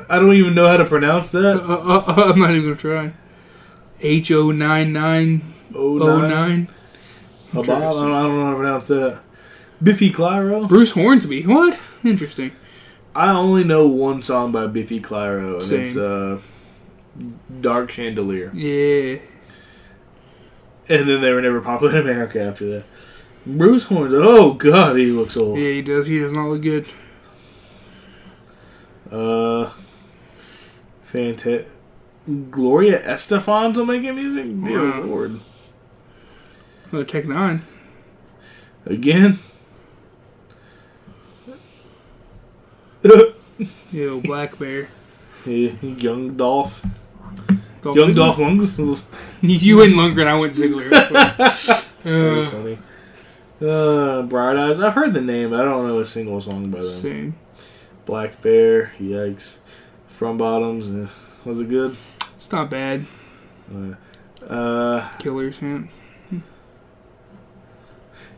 Speaker 1: I don't even know how to pronounce
Speaker 2: Uh,
Speaker 1: that.
Speaker 2: uh, uh, I'm not even gonna try. H O nine nine
Speaker 1: Oh,
Speaker 2: O
Speaker 1: nine.
Speaker 2: nine.
Speaker 1: A bob? I don't, I don't know how to pronounce that. Biffy Clyro.
Speaker 2: Bruce Hornsby. What? Interesting.
Speaker 1: I only know one song by Biffy Clyro, and
Speaker 2: Same.
Speaker 1: it's uh, "Dark Chandelier."
Speaker 2: Yeah.
Speaker 1: And then they were never popular in America after that. Bruce Horns. Oh God, he looks old.
Speaker 2: Yeah, he does. He does not look good.
Speaker 1: Uh, fantastic. Gloria Estefan's will making music. Dear
Speaker 2: Wow.
Speaker 1: Lord.
Speaker 2: Oh, Tech Nine.
Speaker 1: Again.
Speaker 2: Yo, Black Bear.
Speaker 1: Yeah, Young Dolph.
Speaker 2: Dolph
Speaker 1: Young
Speaker 2: Lundgren.
Speaker 1: Dolph Lundgren.
Speaker 2: You and Lundgren. I went Ziggler.
Speaker 1: That was
Speaker 2: uh,
Speaker 1: funny. Uh, Bright Eyes. I've heard the name, but I don't know a single song by them.
Speaker 2: same.
Speaker 1: Black Bear. Yikes. From Bottoms. eh, Was it good?
Speaker 2: It's not bad.
Speaker 1: Uh,
Speaker 2: Killers, man.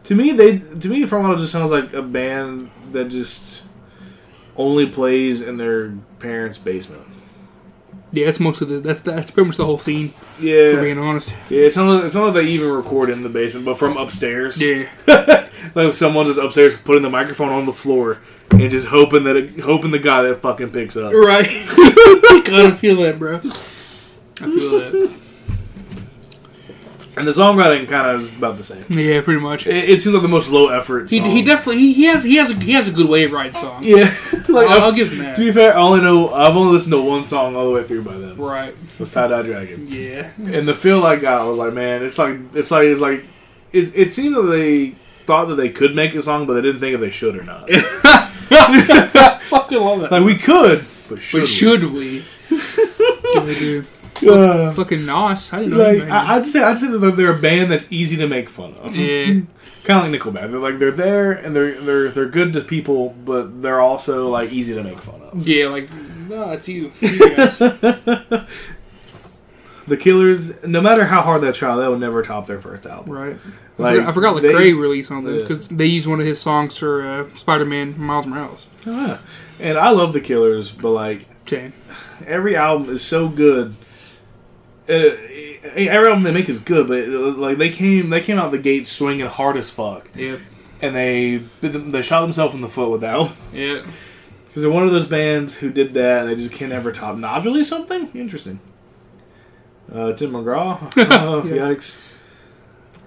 Speaker 1: to me, they to me From Bottoms just sounds like a band that just only plays in their parents' basement.
Speaker 2: Yeah, that's most of the. That's that's pretty much the whole scene. If we're
Speaker 1: Yeah,
Speaker 2: being honest.
Speaker 1: yeah. It's not. It's not like they even record in the basement, but from upstairs.
Speaker 2: Yeah.
Speaker 1: Like someone's just upstairs putting the microphone on the floor and just hoping that it, hoping the guy that fucking picks up.
Speaker 2: Right. I gotta feel that, bro. I feel that.
Speaker 1: And the songwriting kind of is about the same.
Speaker 2: Yeah, pretty much.
Speaker 1: It, it seems like the most low effort.
Speaker 2: He,
Speaker 1: song.
Speaker 2: he definitely he, he has he has a, he has a good way of writing songs.
Speaker 1: yeah. like,
Speaker 2: I'll,
Speaker 1: I've-
Speaker 2: I'll give him
Speaker 1: to
Speaker 2: that.
Speaker 1: be fair, I only know I've only listened to one song all the way through by them. It
Speaker 2: Right.
Speaker 1: was Tie Dye Dragon,
Speaker 2: Yeah.
Speaker 1: and the feel I got I was like, man, it's like it's like it's like it, it seemed that they thought that they could make a song, but they didn't think if they should or not.
Speaker 2: Fucking love
Speaker 1: like we could, but should
Speaker 2: But should we? Can we do
Speaker 1: we? Uh,
Speaker 2: fucking Nos? I didn't know.
Speaker 1: like
Speaker 2: Like,
Speaker 1: I, I'd say I'd say that they're- they're a band that's easy to make fun of.
Speaker 2: yeah.
Speaker 1: Kind of like Nickelback. They're like they're there and they're they're they're good to people, but they're also like easy to make fun of.
Speaker 2: Yeah, like, no, it's you. You guys.
Speaker 1: The Killers, no matter how hard they try, they will never top their first album.
Speaker 2: Right.
Speaker 1: Like,
Speaker 2: I forgot, I forgot
Speaker 1: they-
Speaker 2: Lecrae released on them
Speaker 1: Yeah.
Speaker 2: because they used one of his songs for uh, Spider-Man Miles Morales.
Speaker 1: Yeah. And I love The Killers, but like
Speaker 2: Chain.
Speaker 1: every album is so good. Uh, every album they make is good, but uh, like they came, they came out the gate swinging hard as fuck,
Speaker 2: Yep.
Speaker 1: and they they shot themselves in the foot with that
Speaker 2: Yeah.
Speaker 1: because they're one of those bands who did that and they just can not ever top. Knobs released something interesting. Uh, Tim McGraw, oh,
Speaker 2: Yes.
Speaker 1: yikes,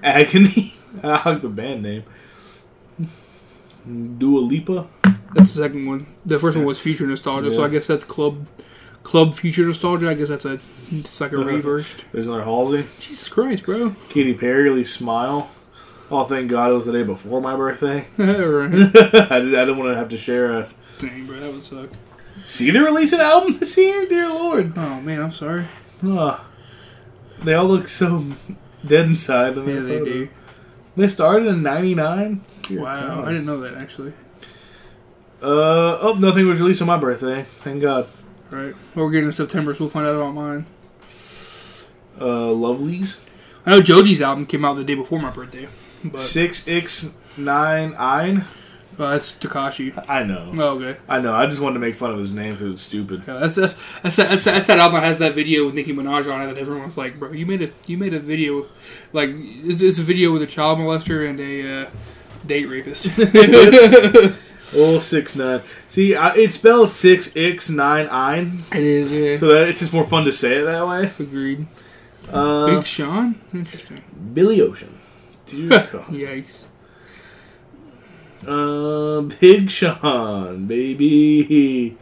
Speaker 1: agony. I like the band name. Dua Lipa.
Speaker 2: That's the second one. The first one was Future Nostalgia, so
Speaker 1: Yeah.
Speaker 2: I guess that's Club Club Future Nostalgia. I guess that's a it's like a reversed.
Speaker 1: There's another Halsey.
Speaker 2: Jesus Christ, bro.
Speaker 1: Katy Perry released Smile. Oh, thank God it was the day before my birthday.
Speaker 2: right.
Speaker 1: I, did, I didn't want to have to share a.
Speaker 2: Dang, bro, that would suck.
Speaker 1: Cedar release an album this year? Dear Lord.
Speaker 2: Oh man, I'm sorry.
Speaker 1: Ugh. they all look so dead inside. in
Speaker 2: Yeah,
Speaker 1: that
Speaker 2: they
Speaker 1: photo.
Speaker 2: do.
Speaker 1: They started in 99? Dear
Speaker 2: Wow,
Speaker 1: God.
Speaker 2: I didn't know that actually.
Speaker 1: Uh, oh, nothing was released on my birthday. Thank God.
Speaker 2: Right. Well, we're getting in September, so we'll find out about mine.
Speaker 1: Uh, Lovelies.
Speaker 2: I know Joji's album came out the day before my birthday, but
Speaker 1: 6X9
Speaker 2: uh, that's Takashi.
Speaker 1: I know.
Speaker 2: Oh, okay.
Speaker 1: I know. I just wanted to make fun of his name because it's stupid.
Speaker 2: Yeah, that's, that's, that's, that- that's, that- that's that album that has that video with Nicki Minaj on it that everyone's like, bro, you made a you made a video, like it's, it's a video with a child molester and a uh, date rapist. it
Speaker 1: Oh, six nine. See, I, it's spelled 6X9
Speaker 2: is yeah.
Speaker 1: So that it's just more fun to say it that way.
Speaker 2: agreed.
Speaker 1: Uh,
Speaker 2: Big Sean, interesting.
Speaker 1: Billy Ocean. Dear God.
Speaker 2: Yikes.
Speaker 1: Uh, Big Sean, baby.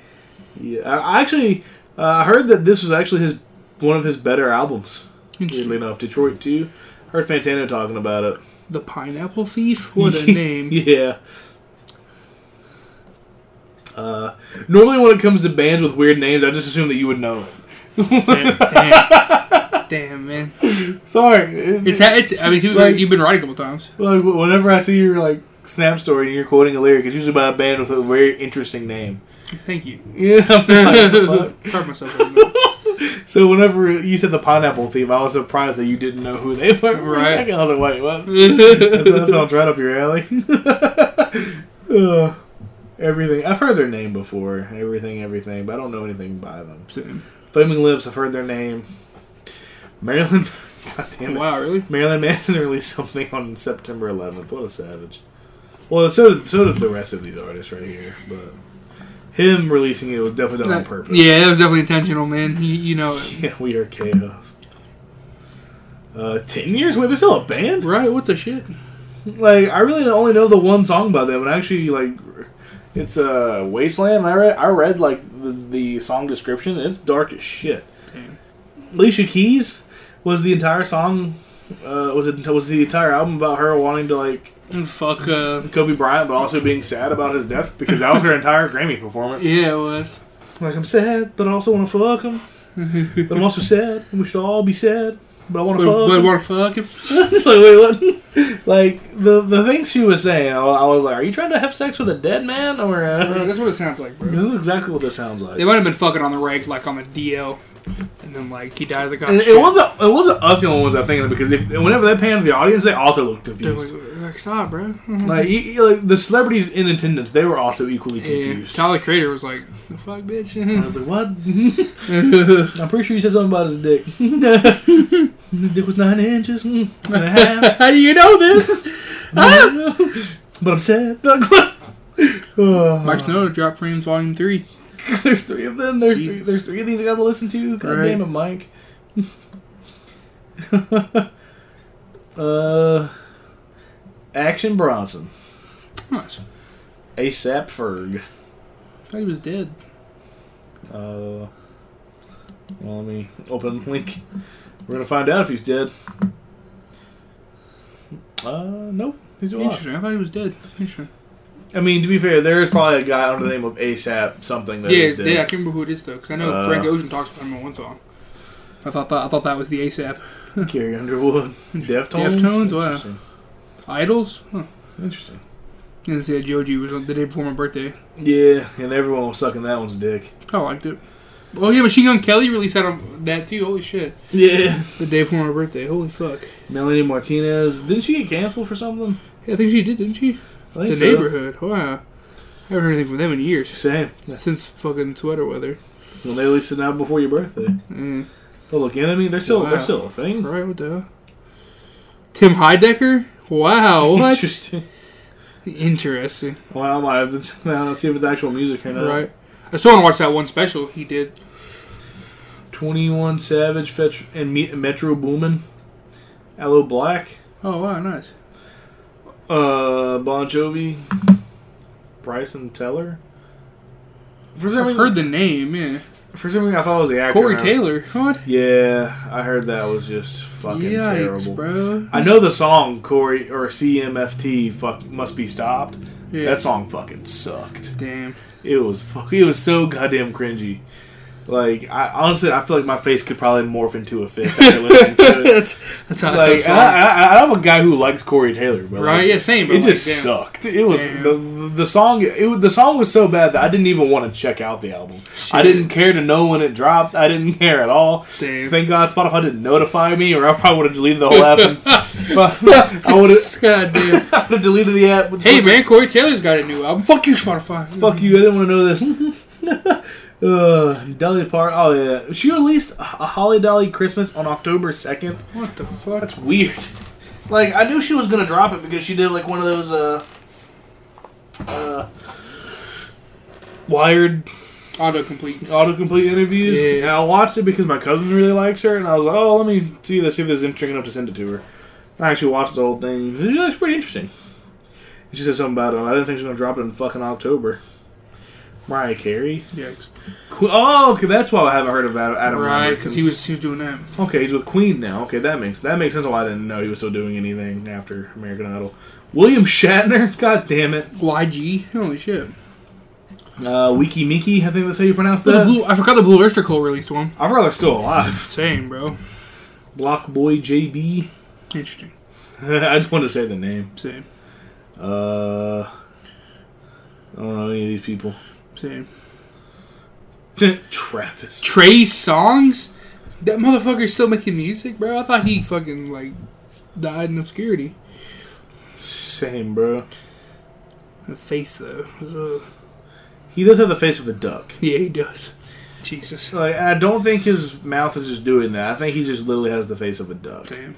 Speaker 1: Yeah, I I actually uh, I heard that this was actually his one of his better albums.
Speaker 2: Interesting.
Speaker 1: Weirdly enough, Detroit too. Heard Fantano talking about it.
Speaker 2: The Pineapple Thief. What a name.
Speaker 1: yeah. Uh, normally when it comes to bands with weird names, I just assume that you would know it.
Speaker 2: damn, damn, damn, man.
Speaker 1: Sorry,
Speaker 2: It's ha- it's. I mean, you,
Speaker 1: Like-
Speaker 2: you've been right a couple times.
Speaker 1: Like wh- whenever I see your like Snap story and you're quoting a lyric, it's usually by a band with a very interesting name.
Speaker 2: Thank you.
Speaker 1: Yeah.
Speaker 2: Hurt myself. a little bit.
Speaker 1: so whenever you said the pineapple theme, I was surprised that you didn't know who they were. for a
Speaker 2: Right.
Speaker 1: second. I was like, wait, what? that's, that sounds right up your alley. uh, everything. I've heard their name before. Everything, everything, but I don't know anything by them.
Speaker 2: Same.
Speaker 1: Flaming Lips. I've heard their name. Marilyn. God damn it.
Speaker 2: Wow, really?
Speaker 1: Marilyn Manson released something on September 11th. What a savage. Well, so did, so did the rest of these artists right here, but him releasing it was definitely done on purpose.
Speaker 2: Uh, Yeah, that was definitely intentional, man. He, you know,
Speaker 1: Yeah, we are chaos. Uh, ten years? Wait, they're still a band?
Speaker 2: right? What the shit?
Speaker 1: Like, I really only know the one song by them, and actually, like, it's uh, Wasteland. I read, I read like the, the song description. And it's dark as shit.
Speaker 2: Damn.
Speaker 1: Alicia Keys was the entire song. Uh, was it was the entire album about her wanting to like
Speaker 2: And fuck. Uh,
Speaker 1: Kobe Bryant, but also being sad about his death because that was her entire Grammy performance.
Speaker 2: yeah, it was.
Speaker 1: Like I'm sad, but I also want to fuck him. but I'm also sad, and we should all be sad. But I want to fuck.
Speaker 2: But
Speaker 1: him.
Speaker 2: want to fuck him?
Speaker 1: It's like wait, what? like the the things she was saying, I, I was like, are you trying to have sex with a dead man or? Uh,
Speaker 2: That's what it sounds like, bro.
Speaker 1: this is exactly what this sounds like.
Speaker 2: They might have been fucking on the reg, like on the DL, and then like he dies like. Oh,
Speaker 1: And
Speaker 2: shit.
Speaker 1: it wasn't it wasn't us the only ones that thinking it because if, whenever they panned the audience, they also looked
Speaker 2: They're
Speaker 1: confused.
Speaker 2: Like, like, stop, bro.
Speaker 1: Like, you- you- like the celebrities in attendance, they were also equally
Speaker 2: Yeah.
Speaker 1: confused.
Speaker 2: Tyler Crater was like, "The fuck,
Speaker 1: I
Speaker 2: bitch."
Speaker 1: was like, what? I'm pretty sure you said something about his dick. his dick was nine inches mm, and a half.
Speaker 2: How do you know this?
Speaker 1: but I'm sad. Uh,
Speaker 2: Mike Snow dropped Frames Volume Three.
Speaker 1: there's three of them. There's three,
Speaker 2: Jesus.
Speaker 1: there's three of these I gotta listen to. God
Speaker 2: Right.
Speaker 1: damn it, Mike. uh, Action Bronson,
Speaker 2: Nice.
Speaker 1: ASAP Ferg.
Speaker 2: Thought he was dead.
Speaker 1: Uh, well, let me open the link. We're gonna find out if he's dead. Uh, nope, he's alive.
Speaker 2: Interesting. I thought he was dead. Interesting.
Speaker 1: I mean, to be fair, there is probably a guy under the name of ASAP something that
Speaker 2: yeah,
Speaker 1: is
Speaker 2: it's dead. I
Speaker 1: dead.
Speaker 2: can't remember who it is though, because I know
Speaker 1: Uh,
Speaker 2: Frank Ocean talks about him in one song. I thought that I thought that was the ASAP
Speaker 1: Carrie Underwood, Deftones.
Speaker 2: Deftones, wow.
Speaker 1: Interesting.
Speaker 2: Idols. Huh.
Speaker 1: Interesting.
Speaker 2: And said Joji was on the day before my birthday.
Speaker 1: Yeah, and everyone was sucking that one's dick.
Speaker 2: I liked it. Oh yeah, Machine Gun Kelly released that on that too. Holy shit!
Speaker 1: Yeah.
Speaker 2: The day before my birthday. Holy fuck!
Speaker 1: Melanie Martinez. Didn't she get canceled for something?
Speaker 2: Yeah, I think she did, didn't she?
Speaker 1: I
Speaker 2: The
Speaker 1: think so.
Speaker 2: neighborhood. Wow. I haven't heard anything from them in years
Speaker 1: Same.
Speaker 2: since fucking sweater weather.
Speaker 1: Well, they released it now before your birthday.
Speaker 2: Mm.
Speaker 1: Public Enemy. They're still
Speaker 2: Wow.
Speaker 1: they're still a thing.
Speaker 2: Right, what the hell? Tim Heidecker? Wow, what? Interesting.
Speaker 1: Interesting. Well, I might have to check that out and see if it's actual music or not.
Speaker 2: Right. I still want to watch that one special he did.
Speaker 1: 21 Savage Fetch and Me- Metro Boomin. Aloe Black.
Speaker 2: Oh, wow, nice.
Speaker 1: Uh, Bon Jovi. Bryson Teller. For some,
Speaker 2: I've
Speaker 1: reason,
Speaker 2: heard the name, yeah.
Speaker 1: for some reason, I thought it was the actor.
Speaker 2: Corey
Speaker 1: I-
Speaker 2: Taylor. What?
Speaker 1: Yeah, I heard that was just fucking
Speaker 2: Yikes,
Speaker 1: terrible.
Speaker 2: bro.
Speaker 1: I know the song Corey or CMFT fuck must be stopped.
Speaker 2: Yeah.
Speaker 1: That song fucking sucked.
Speaker 2: Damn.
Speaker 1: It was fuck. It was so goddamn cringy. Like I honestly, I feel like my face could probably morph into a fist after listening to it.
Speaker 2: that's, that's how
Speaker 1: Like
Speaker 2: it's
Speaker 1: I, I, I'm a guy who likes Corey Taylor, but like,
Speaker 2: Right, yeah, same. but
Speaker 1: it
Speaker 2: like,
Speaker 1: just
Speaker 2: damn.
Speaker 1: sucked. It was
Speaker 2: Damn.
Speaker 1: the, the song. It was, the song was so bad that I didn't even want to check out the album. I didn't care to know when it dropped. I didn't care at all.
Speaker 2: Damn.
Speaker 1: Thank God Spotify didn't notify me, or I probably would have deleted the whole app. And, but I would have
Speaker 2: God damn.
Speaker 1: I would've deleted the app. with-
Speaker 2: hey, man, Corey Taylor's got a new album. Fuck you, Spotify.
Speaker 1: fuck you! I didn't want to know this. uh, Dolly Parton. Oh yeah, she released a Holly Dolly Christmas on October second.
Speaker 2: What the fuck?
Speaker 1: That's weird. Like I knew she was gonna drop it because she did like one of those uh, uh, wired
Speaker 2: Autocomplete.
Speaker 1: autocomplete interviews.
Speaker 2: Yeah.
Speaker 1: And I watched it because my cousin really likes her, and I was like, oh, let me see this, see if this is interesting enough to send it to her. I actually watched the whole thing. It was pretty interesting. And she said something about it. I didn't think she was going to drop it in fucking October. Mariah Carey.
Speaker 2: Yikes.
Speaker 1: Que- Oh, okay, that's why I haven't heard of Adam. Adam
Speaker 2: Right,
Speaker 1: Lambert
Speaker 2: because he
Speaker 1: since-
Speaker 2: was, he was doing that.
Speaker 1: okay. He's with Queen now. Okay, that makes that makes sense. Why I didn't know he was still doing anything after American Idol. William Shatner. God damn it.
Speaker 2: YG. Holy shit.
Speaker 1: Uh, Wiki Miki. I think that's how you pronounce
Speaker 2: The
Speaker 1: that.
Speaker 2: blue, I forgot the Blue Oyster Cult released one.
Speaker 1: I'd rather still alive.
Speaker 2: Same, bro.
Speaker 1: Block Boy JB.
Speaker 2: Interesting.
Speaker 1: I just want to say the name.
Speaker 2: Same.
Speaker 1: Uh, I don't know any of these people.
Speaker 2: Same.
Speaker 1: Travis.
Speaker 2: Trey Songs? That motherfucker's still making music, bro? I thought he fucking, like, died in obscurity.
Speaker 1: Same, bro.
Speaker 2: The face, though. Ugh.
Speaker 1: He does have the face of a duck.
Speaker 2: Yeah, he does. Jesus.
Speaker 1: Like, I don't think his mouth is just doing that. I think he just literally has the face of a duck.
Speaker 2: Damn.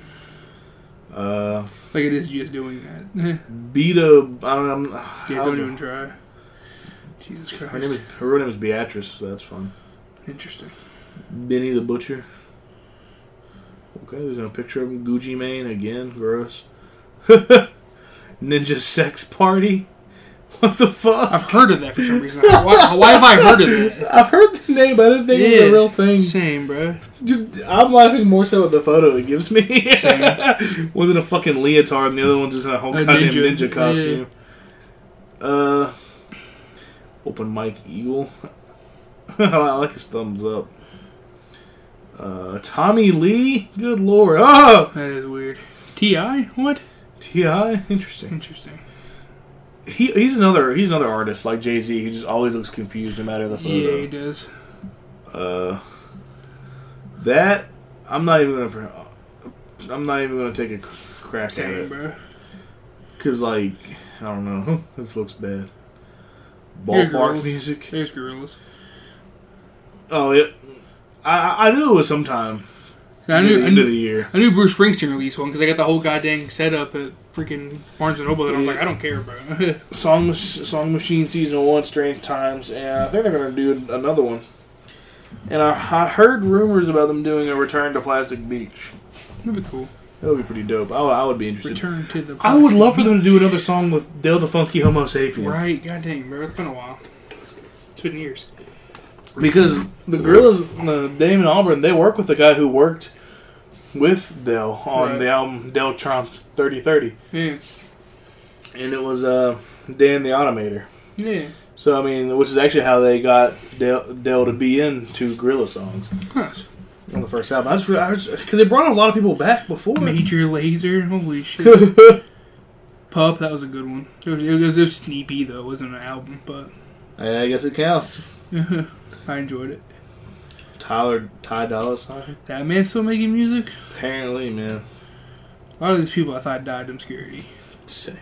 Speaker 1: Uh,
Speaker 2: Like, it is just doing that. Eh.
Speaker 1: Beto. Um,
Speaker 2: yeah, don't even try. Jesus Christ.
Speaker 1: Her name is her real name is Beatrice. So that's fun.
Speaker 2: Interesting.
Speaker 1: Benny the Butcher. Okay, there's no picture of him. Gucci Mane again. Gross. Ninja sex party. What the fuck?
Speaker 2: I've heard of that for some reason. Why, why have I heard of that?
Speaker 1: I've heard the name, but I didn't think it was a real thing.
Speaker 2: Same, bro.
Speaker 1: Dude, I'm laughing more so at the photo it gives me.
Speaker 2: Same.
Speaker 1: one's in a fucking leotard, and the other one's just in a whole
Speaker 2: A
Speaker 1: goddamn ninja,
Speaker 2: ninja,
Speaker 1: costume. Uh, open mic eagle. I like his thumbs up. Uh, Tommy Lee, good lord. Ah,
Speaker 2: That is weird. T.I.? What?
Speaker 1: Ti, interesting.
Speaker 2: Interesting.
Speaker 1: He, he's another he's another artist like Jay Z who just always looks confused no matter the photo.
Speaker 2: Yeah, he does.
Speaker 1: Uh, that I'm not even gonna. pro- I'm not even gonna take a cr- crack at
Speaker 2: Same,
Speaker 1: it
Speaker 2: bro.
Speaker 1: because, like, I don't know. This looks bad.
Speaker 2: Here,
Speaker 1: Ballpark
Speaker 2: girls.
Speaker 1: music.
Speaker 2: There's gorillas.
Speaker 1: Oh, yeah. I I knew it was sometime
Speaker 2: I
Speaker 1: near
Speaker 2: knew,
Speaker 1: the
Speaker 2: I
Speaker 1: end of
Speaker 2: knew,
Speaker 1: the year.
Speaker 2: I knew Bruce Springsteen released one because I got the whole goddamn setup at freaking Barnes and Noble, and I was like, I don't care, bro.
Speaker 1: Song Mach- Song Machine season one, Strange Times, and I think they're gonna do another one. And I, I heard rumors about them doing a return to Plastic Beach.
Speaker 2: That'd be cool.
Speaker 1: That would be pretty dope. I, would- I would be interested.
Speaker 2: Return to the.
Speaker 1: I would love for them to do another song with Dale the Funky Homo Sapien.
Speaker 2: Right, goddamn, bro. It's been a while. It's been years.
Speaker 1: because the Gorillas, uh, Damon Auburn, they work with the guy who worked with Dell on
Speaker 2: Right.
Speaker 1: the album Deltron Thirty Thirty,
Speaker 2: Yeah.
Speaker 1: and it was uh, Dan the Automator.
Speaker 2: Yeah.
Speaker 1: So I mean, which is actually how they got Dell Dell to be into Gorilla songs
Speaker 2: Nice.
Speaker 1: on the first album. I just because they brought a lot of people back before.
Speaker 2: Major Laser. Holy shit. Pup. That was a good one. It was, it was, it was just an EP, though. It wasn't an album, but
Speaker 1: I guess it counts.
Speaker 2: I enjoyed it.
Speaker 1: Tyler Ty Dolla Sign.
Speaker 2: That man still making music?
Speaker 1: Apparently, man.
Speaker 2: A lot of these people I thought died in obscurity.
Speaker 1: Say,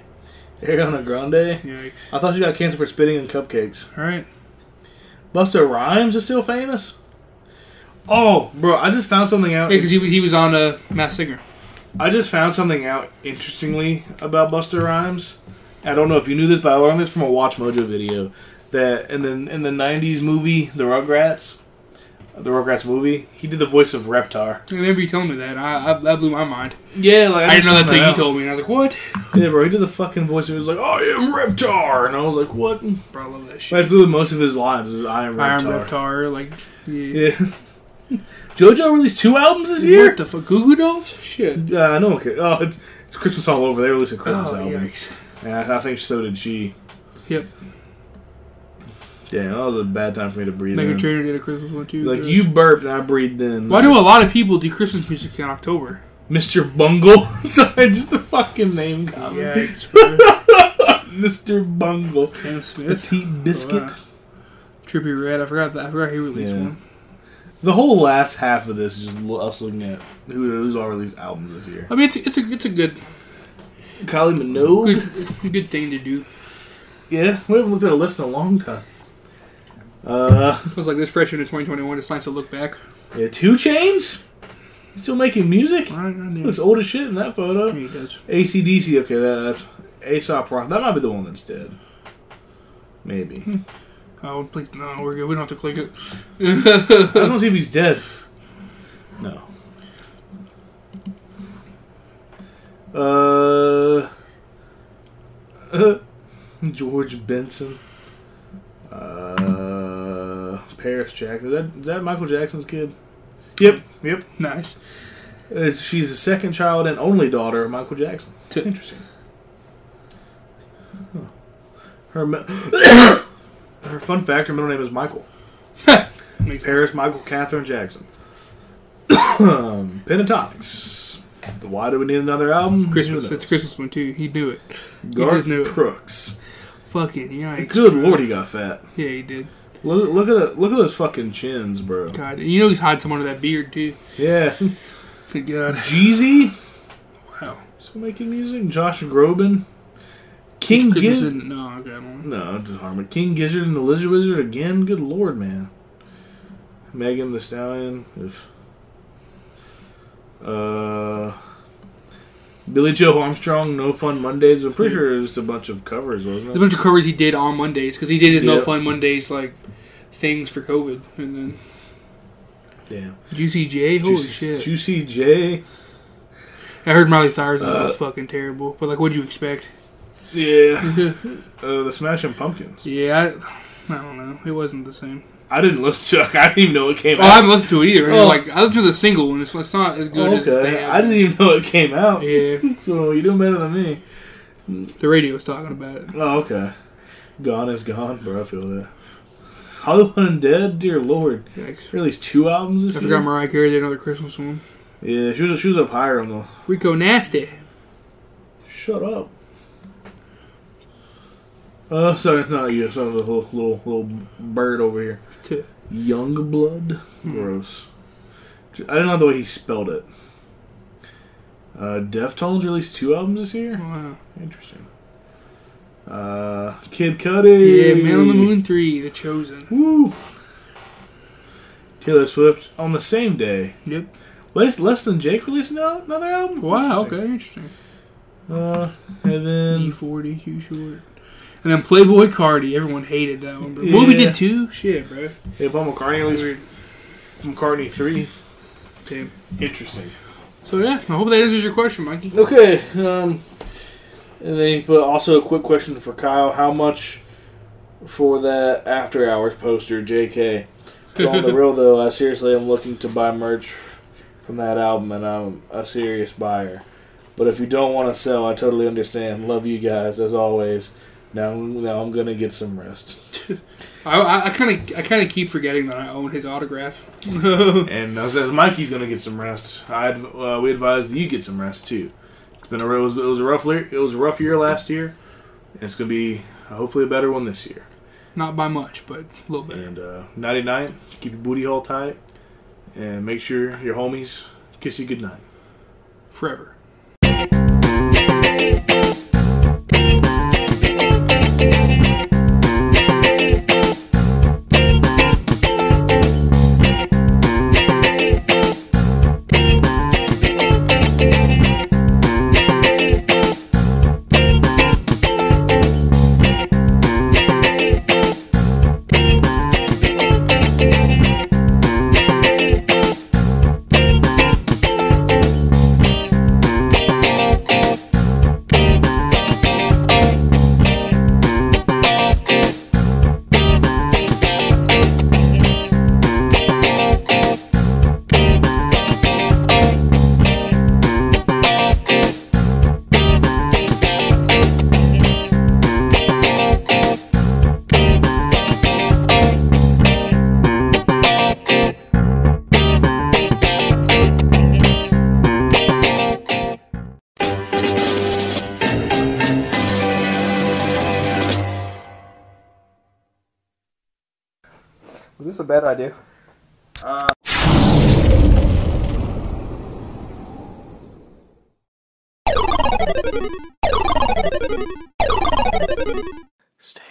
Speaker 1: Ariana Grande.
Speaker 2: Yikes.
Speaker 1: I thought she got cancer for spitting in cupcakes.
Speaker 2: All right.
Speaker 1: Buster Rhymes is still famous. Oh, bro! I just found something out.
Speaker 2: Yeah, because he, he was on a mass singer.
Speaker 1: I just found something out interestingly about Buster Rhymes. I don't know if you knew this, but I learned this from a Watch Mojo video. That in the in the '90s movie, the Rugrats, the Rugrats movie, he did the voice of Reptar.
Speaker 2: I remember you telling me that. and I, I that blew my mind.
Speaker 1: Yeah, like
Speaker 2: I didn't know that till you
Speaker 1: told.
Speaker 2: told me, and I was like, "What?"
Speaker 1: Yeah, bro, he did the fucking voice. He was like, "I am Reptar," and I was like, "What?"
Speaker 2: Bro, I love that shit.
Speaker 1: That's literally most of his lines is "I am
Speaker 2: Iron
Speaker 1: Reptar."
Speaker 2: Reptar, like, yeah.
Speaker 1: Yeah. JoJo released two albums this year.
Speaker 2: What the fuck? Goo Goo Dolls? Shit.
Speaker 1: Yeah, I know. Okay. Oh, it's it's Christmas all over. They released a
Speaker 2: Oh,
Speaker 1: Christmas album.
Speaker 2: yikes.
Speaker 1: And I, I think so did she.
Speaker 2: Yep.
Speaker 1: Damn, that was a bad time for me to breathe.
Speaker 2: Megan
Speaker 1: in.
Speaker 2: Trainor did a Christmas one too. Uh,
Speaker 1: Like
Speaker 2: Yes.
Speaker 1: you burped and I breathed in.
Speaker 2: Why do a lot of people do Christmas music in October?
Speaker 1: Mr. Bungle? Sorry, just the fucking name got me.
Speaker 2: Yikes, bro.
Speaker 1: Mr. Bungle.
Speaker 2: Sam Smith,
Speaker 1: Petite biscuit.
Speaker 2: Trippy Red. I forgot that. I forgot he released
Speaker 1: Yeah.
Speaker 2: one.
Speaker 1: The whole last half of this is just l- us looking at who, who's all released albums this year.
Speaker 2: I mean, it's a, it's a it's a good
Speaker 1: Kylie Minogue.
Speaker 2: good good thing to do.
Speaker 1: Yeah, we haven't looked at a list in a long time. Uh,
Speaker 2: It was like this fresh into 2021. It's nice to look back.
Speaker 1: yeah, Two Chains. Still making music.
Speaker 2: All right, I knew
Speaker 1: Looks
Speaker 2: it.
Speaker 1: old as shit in that photo.
Speaker 2: Yeah, it does.
Speaker 1: ACDC, okay, that, that's Aesop Rock. That might be the one that's dead. Maybe.
Speaker 2: Oh, please, no, we're good. We don't have to click it.
Speaker 1: I don't see if he's dead. No. Uh. George Benson. Uh. Paris Jackson. Is that, is that Michael Jackson's kid? Yep, yep.
Speaker 2: nice.
Speaker 1: Uh, She's the second child and only daughter of Michael Jackson.
Speaker 2: T-
Speaker 1: Interesting. Huh. Her, mi- her fun fact her middle name is Michael.
Speaker 2: Makes sense.
Speaker 1: Paris Michael Catherine Jackson. Pentatonics. Why do we need another album?
Speaker 2: Christmas.
Speaker 1: Who knows?
Speaker 2: It's a Christmas one too. He knew it.
Speaker 1: Garth
Speaker 2: just knew it.
Speaker 1: Brooks.
Speaker 2: Fucking yikes.
Speaker 1: Good
Speaker 2: bro.
Speaker 1: lord, he got fat.
Speaker 2: Yeah, he did.
Speaker 1: Look, look at the, look at those fucking chins, bro.
Speaker 2: God, and you know he's hiding some under that beard too.
Speaker 1: Yeah,
Speaker 2: Good God.
Speaker 1: Jeezy
Speaker 2: Wow.
Speaker 1: still making music. Josh Groban. King
Speaker 2: Christmas
Speaker 1: Gizzard.
Speaker 2: isn't- No, okay, I don't know.
Speaker 1: No, it's harm. King Gizzard and the Lizard Wizard again. Good lord, man. Megan the Stallion. If uh, Billy Joe Armstrong, No Fun Mondays. I'm pretty sure it was just a bunch of covers, wasn't
Speaker 2: There's a
Speaker 1: it?
Speaker 2: bunch of covers he did on Mondays because he did his No
Speaker 1: Yep.
Speaker 2: Fun Mondays like things for COVID, and then
Speaker 1: Yeah.
Speaker 2: Juicy J. Holy
Speaker 1: Juicy,
Speaker 2: shit!
Speaker 1: Juicy J.
Speaker 2: I heard Miley Cyrus was fucking terrible, but like, what'd you expect?
Speaker 1: Yeah. uh, the Smashing Pumpkins.
Speaker 2: Yeah, I, I don't know. It wasn't the same.
Speaker 1: I didn't listen to. it. I didn't even know it came
Speaker 2: Oh, I
Speaker 1: out.
Speaker 2: haven't listened to it either.
Speaker 1: Oh.
Speaker 2: Like, I listened to the single, and it's, it's not as good as
Speaker 1: okay.
Speaker 2: they
Speaker 1: I didn't even know it came out.
Speaker 2: Yeah,
Speaker 1: So you do better than me.
Speaker 2: the radio was talking about it.
Speaker 1: Oh, okay. Gone is gone, bro. I feel that. Hollywood Undead, dear lord.
Speaker 2: Yikes.
Speaker 1: Released two albums this
Speaker 2: I
Speaker 1: year.
Speaker 2: forgot Mariah Carey did another Christmas one.
Speaker 1: yeah, she was she was up higher on the.
Speaker 2: Rico Nasty.
Speaker 1: Shut up. Uh, sorry, not you. Sorry, the little little little bird over here.
Speaker 2: T-
Speaker 1: Young blood.
Speaker 2: Hmm.
Speaker 1: Gross. I didn't like the way he spelled it. Uh, Deftones released two albums this year.
Speaker 2: Wow.
Speaker 1: Interesting. Uh, Kid Cudi.
Speaker 2: Yeah, Man on the Moon 3, The Chosen.
Speaker 1: Woo! Taylor Swift on the same day.
Speaker 2: Yep.
Speaker 1: Less less than Jake released no- another album.
Speaker 2: Wow, okay,
Speaker 1: Interesting.
Speaker 2: interesting.
Speaker 1: Uh, and then
Speaker 2: E40, Hugh Short. And then Playboy Cardi. Everyone hated that one, bro.
Speaker 1: Yeah.
Speaker 2: What we did too? Shit, bro.
Speaker 1: yeah, Paul McCartney released McCartney three.
Speaker 2: Damn.
Speaker 1: Interesting.
Speaker 2: So, yeah, I hope that answers your question, Mikey.
Speaker 1: Okay. Um, and then he put also a quick question for Kyle: How much for that after hours poster, J.K. But on the real though, I seriously am looking to buy merch from that album, and I'm a serious buyer. But if you don't want to sell, I totally understand. Love you guys as always. Now, now I'm gonna get some rest.
Speaker 2: I kind of I kind of keep forgetting that I own his autograph.
Speaker 1: And as, as Mikey's going to get some rest, I adv- uh, we advise that you get some rest too. It's been a it was, it was a rough year, it was a rough year last year, and it's going to be hopefully a better one this year.
Speaker 2: Not by much, but a little bit.
Speaker 1: And uh, 99, keep your booty hole tight, and make sure your homies kiss you goodnight.
Speaker 2: forever.
Speaker 4: Was this a bad idea? Stay